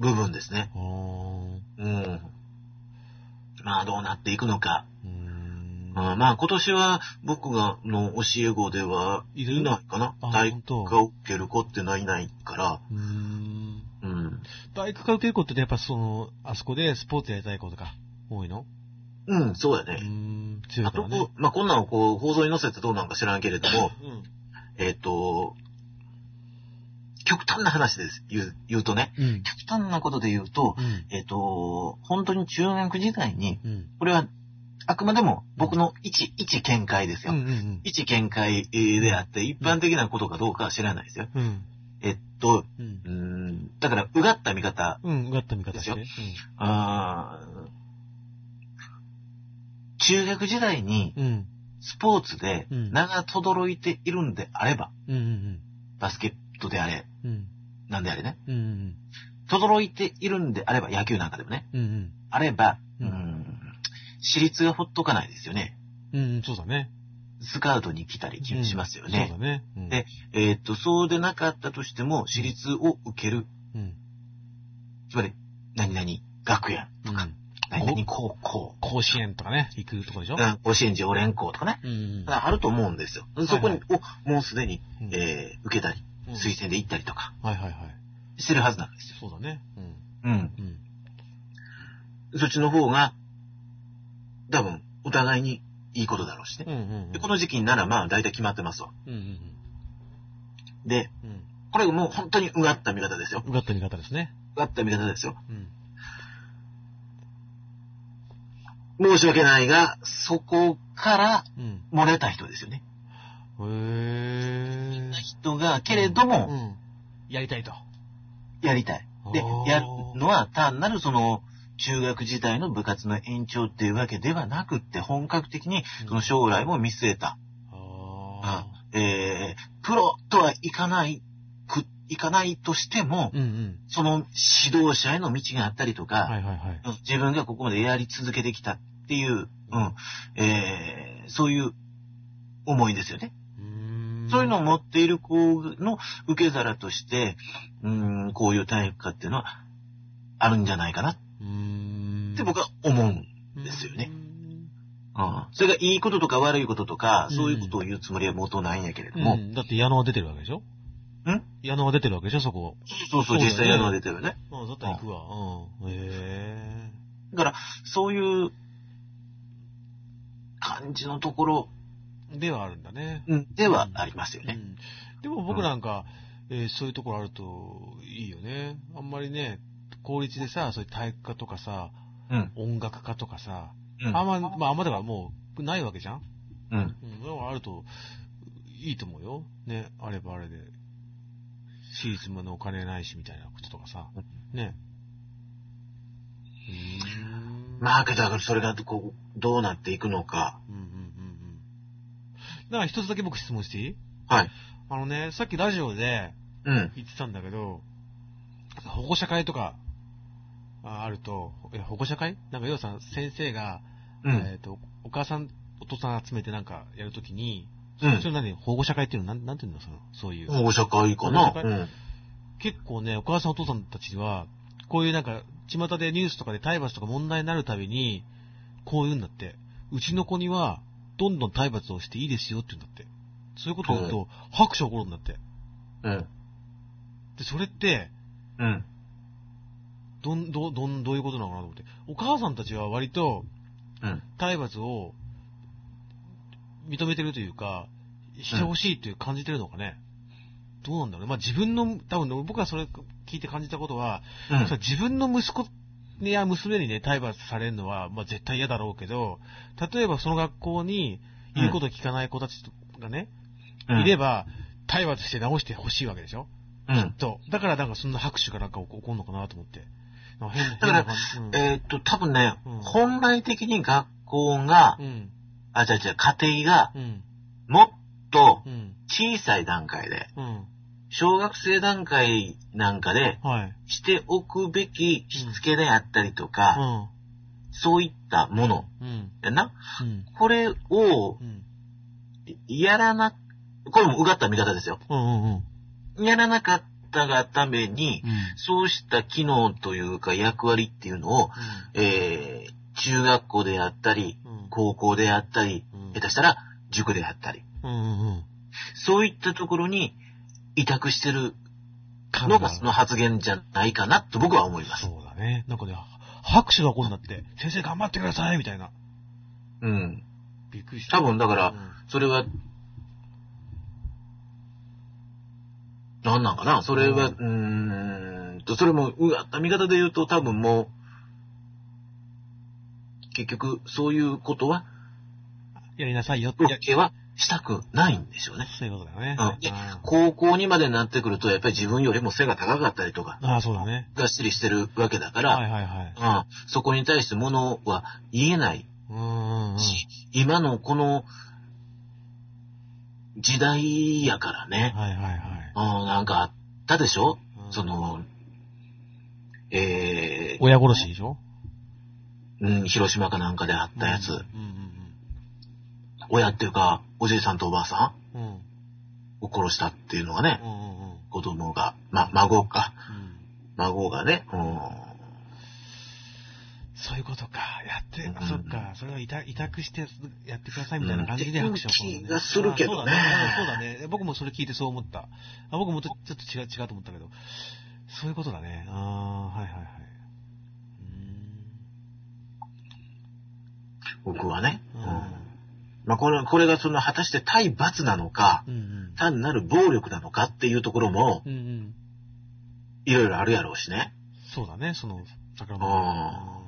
S2: 部分ですね。
S1: ああ。
S2: うん。まあどうなっていくのか。
S1: うーん
S2: うん、まあ今年は僕がの教え子では、
S1: い
S2: い
S1: る
S2: ないかな。
S1: あ、
S2: 体
S1: 本当。
S2: 育科を受ける子ってないないか
S1: うーん。
S2: ら。うん。
S1: 体育科受ける子ってやっぱその、あそこでスポーツやりたい子とか多いの
S2: うん、そうや
S1: うー
S2: ね。
S1: ん。強い
S2: あ
S1: か
S2: と
S1: らね
S2: こ。う、まあこんなんをこう放送に載せてどうなんか知らんけれども、
S1: うん。
S2: えっ、と、極端な話です。言う、言うとね。
S1: うん。
S2: 極端なことで言うと
S1: う、ん。
S2: えっ、と、本当に中学時代に、
S1: うん。
S2: これはあくまでも僕の一、一見解です
S1: う
S2: よ。
S1: ん。うん。
S2: 一見解えーであって、一般的なことかどうかは知らないですよ。
S1: うん。
S2: えっと、
S1: うん
S2: うー。ん、だから、うがった見方、
S1: うん。うがった見方して。うん
S2: で。あー中学時代に
S1: うん。
S2: スポーツで
S1: うん
S2: 名が轟いているんであれば、
S1: うん。うん。
S2: バスケットであれ、
S1: うん。
S2: なんであれね、
S1: うん。うん。
S2: 轟いているんであれば、野球なんかでもね、
S1: うん。うん。
S2: あれば、う
S1: うん
S2: ーん、私立がほっとかないですよね。
S1: うん。そうだね。
S2: スカウトに来たりしますよね
S1: そう。だね。うん
S2: でえーっと、そうでなかったとしても、私立を受ける。
S1: うん。
S2: つまり、何々学園とか、何々高校、
S1: 甲子園とかね、行くとこでしょ
S2: うん甲子園常連校とかね。
S1: うん。
S2: あると思うんですよ。
S1: い
S2: そこに、をもうすでに、
S1: うん
S2: えー受けたり、
S1: うん
S2: 推薦で行ったりとか、
S1: はいはいはい。
S2: してるはずなんですよ。
S1: そうだね。うん。
S2: うん。
S1: うん。
S2: そっちの方が、多分、お互いにいいことだろうしね。
S1: うんうんうん。
S2: で、この時期ならまあ、大体決まってますわ。
S1: うんうん
S2: で、
S1: うん。うん。
S2: これもう本当にうがった見方ですよ。
S1: うがった見方ですね。
S2: うがった見方ですよ。
S1: うん。
S2: 申し訳ないが、そこから
S1: うん。
S2: 漏れた人ですよね。
S1: へえ。
S2: 人が、けれど
S1: う
S2: も、
S1: ん。やりたいと。
S2: やりたい。で
S1: お、ー
S2: やるのは単なるその、中学時代の部活の延長っていうわけではなくって、本格的にその将来も見据えた。
S1: あ
S2: えー、プロとはいかない、く、いかないとしても
S1: ー。、うんうん。
S2: その指導者への道があったりとか、
S1: はいはいはい。
S2: うん自分がここまでやり続けてきたっていう、うん、えー、そういう思いですよね。
S1: うーん
S2: そういうのを持っている子の受け皿として、うん、こういう体育科っていうのはあるんじゃないかなっ
S1: うーん。
S2: て僕は思うん。ですよねうん。それがいいこととか悪いこととか、そういうことを言うつもりは元ないんやけれど
S1: う
S2: も、
S1: ん。だって矢野は出てるわけでしょ
S2: ん
S1: 矢野は出てるわけでしょそこ。
S2: そう
S1: そ
S2: そう、
S1: うだね
S2: 実際やるのは出てるよね。
S1: うん、だったら行くわ。うん。へ
S2: だから、そういう感じのところ
S1: え。ではあるんだね。
S2: うんではありますよね。
S1: うんでも僕なんか、えーそういうところあるといいよね。あんまりね、公立でさ、そういう体育科とかさ、
S2: うん。
S1: 音楽科とかさ、
S2: うん。
S1: あんま、まああんまではもうないわけじゃん
S2: うん。
S1: うん、でもあるといいと思うよ。ね、あればあれで。私立ものお金ないしみたいなこととかさ。ね。うーん
S2: まあ、けどだからそれがこう、どうなっていくのか。
S1: うんうんうんうん。だから一つだけ僕質問していい
S2: はい。
S1: あのね、さっきラジオで
S2: うん。
S1: 言ってたんだけど、保護者会とか、ああると、え、保護者会なんか、要はさ、先生が、
S2: うん。
S1: えっ、と、お母さん、お父さん集めてなんかやるときに、
S2: う
S1: それ
S2: ん。
S1: 何保護者会っていうのなん、なんていうのその、そういう。
S2: 保護者会か
S1: 保護者
S2: な。
S1: 会
S2: うん。
S1: 結構ね、お母さんお父さんたちは、こういうなんか、巷でニュースとかで体罰とか問題になるたびに、こう言うんだって。うちの子には、どんどん体罰をしていいですよって言うんだって。そういうことを言うと、拍手起こるんだって。
S2: うん。
S1: で、それって、
S2: うん。
S1: どん、どん、どん、どういうことなのかなと思って。お母さんたちは割と、
S2: うん。
S1: 体罰を、認めてるというか、してほしいっていう感じてるのかね。どうなんだろうね。まあ自分の、多分ね僕がそれ聞いて感じたことは、
S2: うん
S1: そう自分の息子や娘にね、体罰されるのは、まあ、絶対嫌だろうけど、例えばその学校に言うことを聞かない子たちがね、
S2: うん。
S1: いれば、体罰して直してほしいわけでしょ
S2: うん。
S1: そう。だからなんかそんな拍手がなんか起こ起こるのかなと思って。なんか変な
S2: だから
S1: 変な感じ。
S2: えーっと、多分ね、
S1: うん
S2: 本来的に学校が
S1: う、ん。
S2: あ、違う違う、家庭が、
S1: うん。
S2: もっと
S1: うん。
S2: 小さい段階で、
S1: うん。
S2: 小学生段階なんかで、
S1: はい。
S2: しておくべきしつけであったりとか、そういったもの、
S1: うん。うん。
S2: やな。
S1: うん。
S2: これを
S1: う、ん。
S2: やらな、これもうがった見方ですよ。
S1: うん。うん。
S2: やらなかったがために、
S1: うん
S2: そうした機能というか役割っていうのを、えー、中学校であったり、
S1: うん。
S2: 高校であったり、
S1: うん
S2: 下手したら塾であったり、
S1: うん。うん。うん。
S2: そういったところに委託してるのがその発言じゃないかなと僕は思います。
S1: そうだね。なんかね、拍手が起こるんだって。先生頑張ってくださいみたいな。
S2: うん。
S1: びっくりした。
S2: 多分だか
S1: う
S2: ら、
S1: ん
S2: それは、なんなんかなそれは、う
S1: う
S2: ーんと、それも、うがった見方で言うと多分もう、結局、そういうことは、
S1: やりなさいよって。
S2: 受けはしたくないんでしょうね。
S1: そういうことだよね。
S2: うんで高校にまでなってくると、やっぱり自分よりも背が高かったりとか、
S1: ああ、そうだね。
S2: がっしりしてるわけだか
S1: は
S2: ら、
S1: いはいはい。
S2: うん、そこに対して物は言えない
S1: うんうんうん。
S2: し、今のこの時代やからね、
S1: はいはいはい
S2: うん、なんかあったでしょ
S1: うん。
S2: その、えー
S1: 親殺しでしょ
S2: うん、広島かなんかであったやつ、
S1: うん
S2: 親っていうか、おじいさんとおばあさ
S1: うんうん。うん
S2: んを殺したっていうのがね、
S1: うんうんうん。
S2: 子供が、ま、孫か、
S1: うん
S2: 孫がね、うん、
S1: そういうことか。やって、
S2: うん
S1: そっか。それを委託委託してやってくださいみたいな感じで
S2: うん
S1: 拍手を起こる、
S2: 気がするけどね
S1: あそうだね。うんそうだね。僕もそれ聞いてそう思った。あ僕もちょちょっと違う、違うと思ったけど。そういうことだね。ああ、はいはいはい。
S2: 僕はね。
S1: う
S2: うんん。まあ、これ、これがその、果たして体罰なのか、
S1: うん
S2: 単なる暴力なのかっていうところも、
S1: うん。うんうん。
S2: いろいろあるやろうしね。
S1: そうだね、その、桜
S2: あ
S1: も。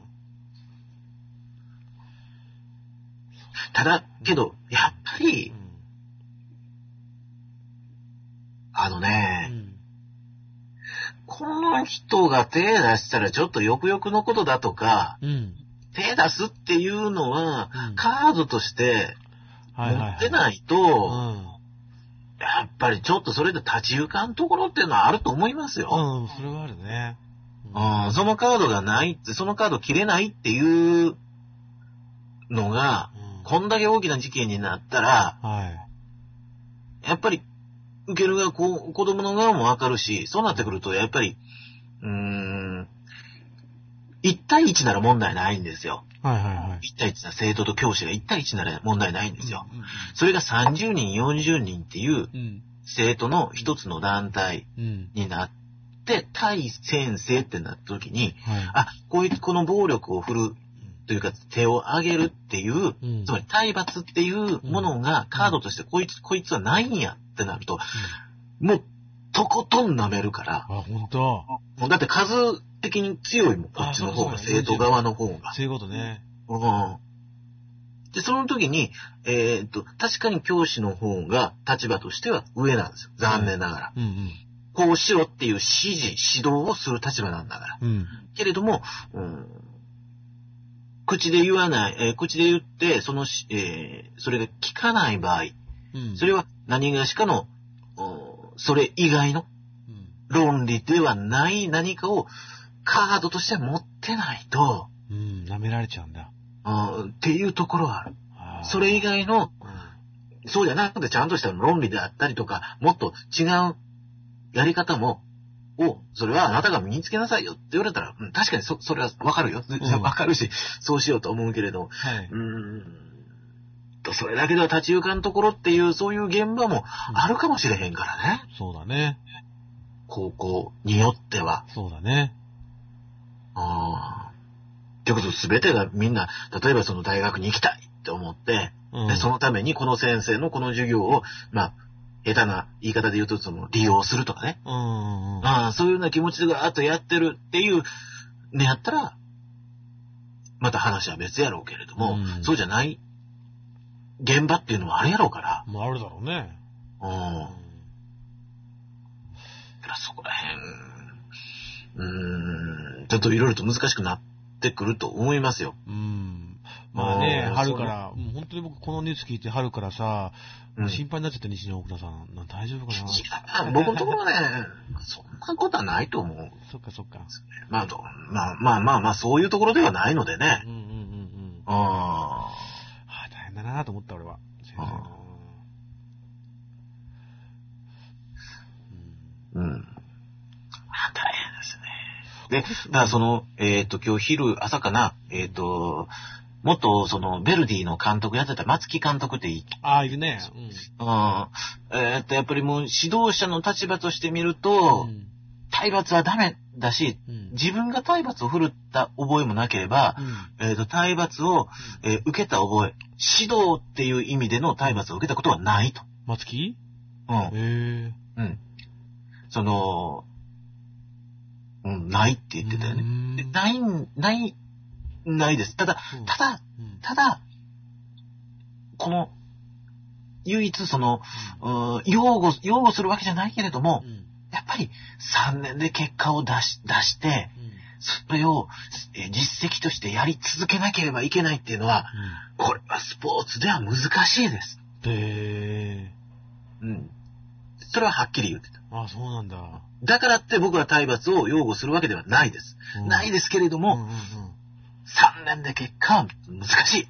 S2: ただ、けど、やっぱ
S1: う
S2: り、
S1: ん
S2: あの
S1: う
S2: ね、
S1: ん。
S2: この人が手出したらちょっとよくよくのことだとか、
S1: うん。
S2: 手出すっていうのは、
S1: うん
S2: カードとして持
S1: はいはいはい。
S2: ってないと、やっぱりちょっとそれで立ち行かんところっていうのはあると思います
S1: う
S2: よ。
S1: ん。うん、それはあるね。
S2: うん、そのカードがないって、そのカード切れないっていうのが、
S1: うん
S2: こんだけ大きな事件になったら、
S1: はい。
S2: やっぱり受ける側、こう子供の側もわかるし、そうなってくると、やっぱり、うーん、1対1なら問題ないんですよ。
S1: はいはいはい。
S2: 1対1な生徒と教師が1対1なら問題ないんですよ。
S1: うん
S2: それが30人、40人っていう
S1: うん。
S2: 生徒の一つの団体
S1: うん。うん。
S2: になって、対先生ってなった時に、
S1: は
S2: あ、こういう、この暴力を振るというか、手を上げるっていう、
S1: い。うん。
S2: つまり体罰っていうものがカードとしてこいつ、こいつはないんやってなると、もう、とことん舐めるから、
S1: あ、本当。
S2: もうだって数的に強いもん、こっちの方
S1: あ
S2: が、
S1: そうそう
S2: 生徒側の方が。
S1: そういうことね。
S2: うん。で、その時に、えーっと、確かに教師の方が立場としては上なんですよ。残念ながら。
S1: うんうん。
S2: こうしろっていう指示、指導をする立場なんだから。
S1: うん。
S2: けれども、うん、口で言わない、えー口で言って、そのし、えーそれが聞かない場合、
S1: うん。
S2: それは何がしかの、うんそれ以外の
S1: うん。
S2: 論理ではない何かをカードとして持ってないと、
S1: うん。舐められちゃうんだ。
S2: うんっていうところはある。
S1: あー
S2: それ以外の、
S1: うん。
S2: そうじゃなくてちゃんとした論理であったりとか、もっと違うやり方も、を、それはあなたが身につけなさいよって言われたら、うん、確かにそ、それはわかるよ。
S1: ん
S2: わかるし、そうしようと思うけれども、
S1: はい。
S2: うーんと、それだけでは立ち行かんところっていう、そういう現場もあるかもしれへんからね。
S1: そうだね。
S2: 高校によっては。
S1: そうだね。
S2: あーってこと、すべてがみんな、例えばその大学に行きたいって思って、
S1: うん。
S2: でそのためにこの先生のこの授業を、まあ、下手な言い方で言うと、その、利用するとかね。
S1: うんうんうん。
S2: ああ、そういうような気持ちでガーッとやってるっていう、ね、やったら、また話は別やろうけれども、
S1: うん
S2: そうじゃない、現場っていうのはあれやろうから、
S1: まああるだろうね。
S2: うん
S1: う。
S2: だからそこら辺、うーん、ちょっといろいろと難しくなってくると思いますよ。
S1: うん。まあね
S2: あ、ー
S1: 春から、うん本当に僕このニュース聞いて春からさ、
S2: うん
S1: 心配になっちゃった西野大倉さん。な大丈夫かない
S2: や僕のところね、そんなことはないと思う。
S1: そっかそっか。
S2: まあ、どまあまあまあまあ、そういうところではないのでね
S1: う。んうんうんうん。
S2: あ
S1: あー大変だなと思った俺は。先生
S2: あーうん。あ大変ですね。で、だからその、えっ、と、今日昼、朝かな、えっ、と、元、その、ベルディの監督やってた松木監督っていい
S1: ああ、いるね。うん
S2: うんえーっと、やっぱりもう指導者の立場として見ると、
S1: うん
S2: 体罰はダメだし、
S1: うん
S2: 自分が体罰を振るった覚えもなければ
S1: う、ん
S2: えーっと、体罰を、えー受けた覚え、指導っていう意味での体罰を受けたことはないと。
S1: 松木
S2: うん
S1: へ。え。
S2: うん。その、うん、ないって言ってたよね。で
S1: ね
S2: ない、ない、ないです。ただ、ただ、
S1: うん
S2: ただ、この、唯一その、うーん擁護、擁護するわけじゃないけれども、
S1: うん
S2: やっぱり3年で結果を出し、出して、
S1: うん
S2: それをえー実績としてやり続けなければいけないっていうのは、これはスポーツでは難しいです。
S1: うんへえ。
S2: うん。それははっきり言ってた。
S1: あ、そうなんだ。
S2: だからって僕は体罰を擁護するわけではないです。
S1: うん
S2: ないですけれど
S1: うん
S2: も、
S1: うんうん
S2: 3年で結果は難しい。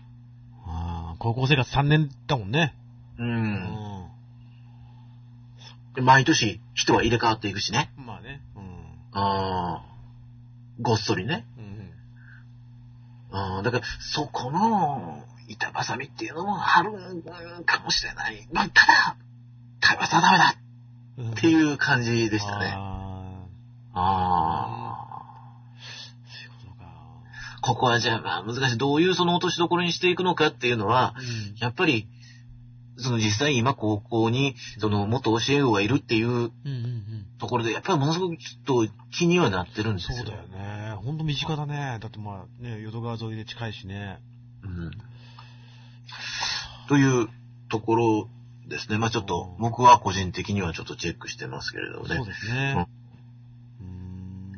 S1: あー高校生活3年だもんね。
S2: う。
S1: うん
S2: で毎年人は入れ替わっていくしね。
S1: まあね。うん
S2: あーごっそりね。
S1: うん
S2: うん、だから、そこの板挟みっていうのもあるんかもしれない。まあ、ただ、会話はダメだ
S1: うん
S2: っていう感じでしたね。
S1: あ
S2: あ
S1: ー
S2: あ。
S1: そういうことか。
S2: ここはじゃあ、まあ、難しい。どういうその落としどころにしていくのかっていうのは、
S1: うん
S2: やっぱり、その実際今高校に、その元教え子がいるっていう
S1: うんうんうん。
S2: ところで、やっぱりものすごくちょっと気にはなってるんです
S1: そ
S2: よ。
S1: うだよね。ほんと身近だね。だってまあ、ね、淀川沿いで近いしね。
S2: うん。というところですね。まあちょっと
S1: う、ん
S2: 僕は個人的にはちょっとチェックしてますけれど
S1: そ
S2: も
S1: う
S2: ね。
S1: ですね。うーん。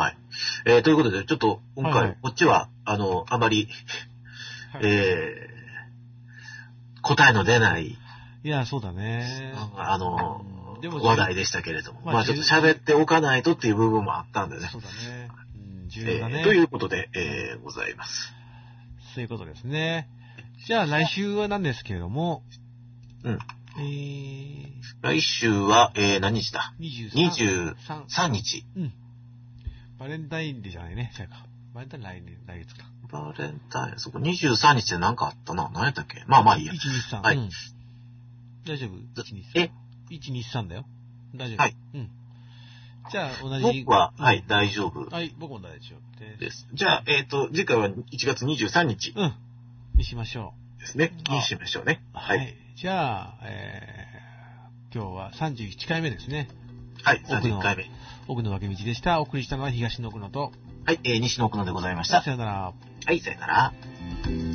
S2: はい。えーということで、ちょっと今
S1: はいはい
S2: 回、こっちは、あの、あまり、
S1: はい
S2: えー答えの出ない、
S1: いや、そうだね。
S2: あの
S1: うんでも、
S2: 話題でしたけれども、
S1: まあ
S2: まあちょっと喋っておかないとっていう部分もあったんでね。
S1: そうだね。うん、重要
S2: え
S1: だね。
S2: ーということで、えーございます。
S1: そういうことですね。じゃあ来週はなんですけれども、
S2: うん。
S1: えー、
S2: 来週は、えー何日だ
S1: 23
S2: ?23
S1: 三
S2: 日。
S1: バレンタインデーじゃないね、違うか。バレンタイン来年、来月か。
S2: バレンタイン、そこ23日で何かあったな。何やったっけまあまあいいや
S1: 1、。2、3。
S2: はい
S1: うん大丈夫 ?1、2、3。
S2: え
S1: ?1、2、3だよ。大丈夫。
S2: はい。
S1: うん。じゃあ、同じ。
S2: 僕は、はい、
S1: うん
S2: 大丈夫
S1: はい、僕も大丈夫で。
S2: ですす。じゃあ、えっ、と、次回は1月23日
S1: うん。にしましょ
S2: ですね。
S1: あ
S2: にしましょうね。
S1: う。
S2: はい。
S1: じゃあ、えー、今日は31回目ですね。
S2: はい、
S1: 奥の
S2: 31回目。
S1: 奥野脇道でした。お送りしたのは東の奥野と、
S2: はい、えー西野奥野でございまし
S1: さ
S2: た。
S1: よなら。
S2: はい、さよなら。
S1: 「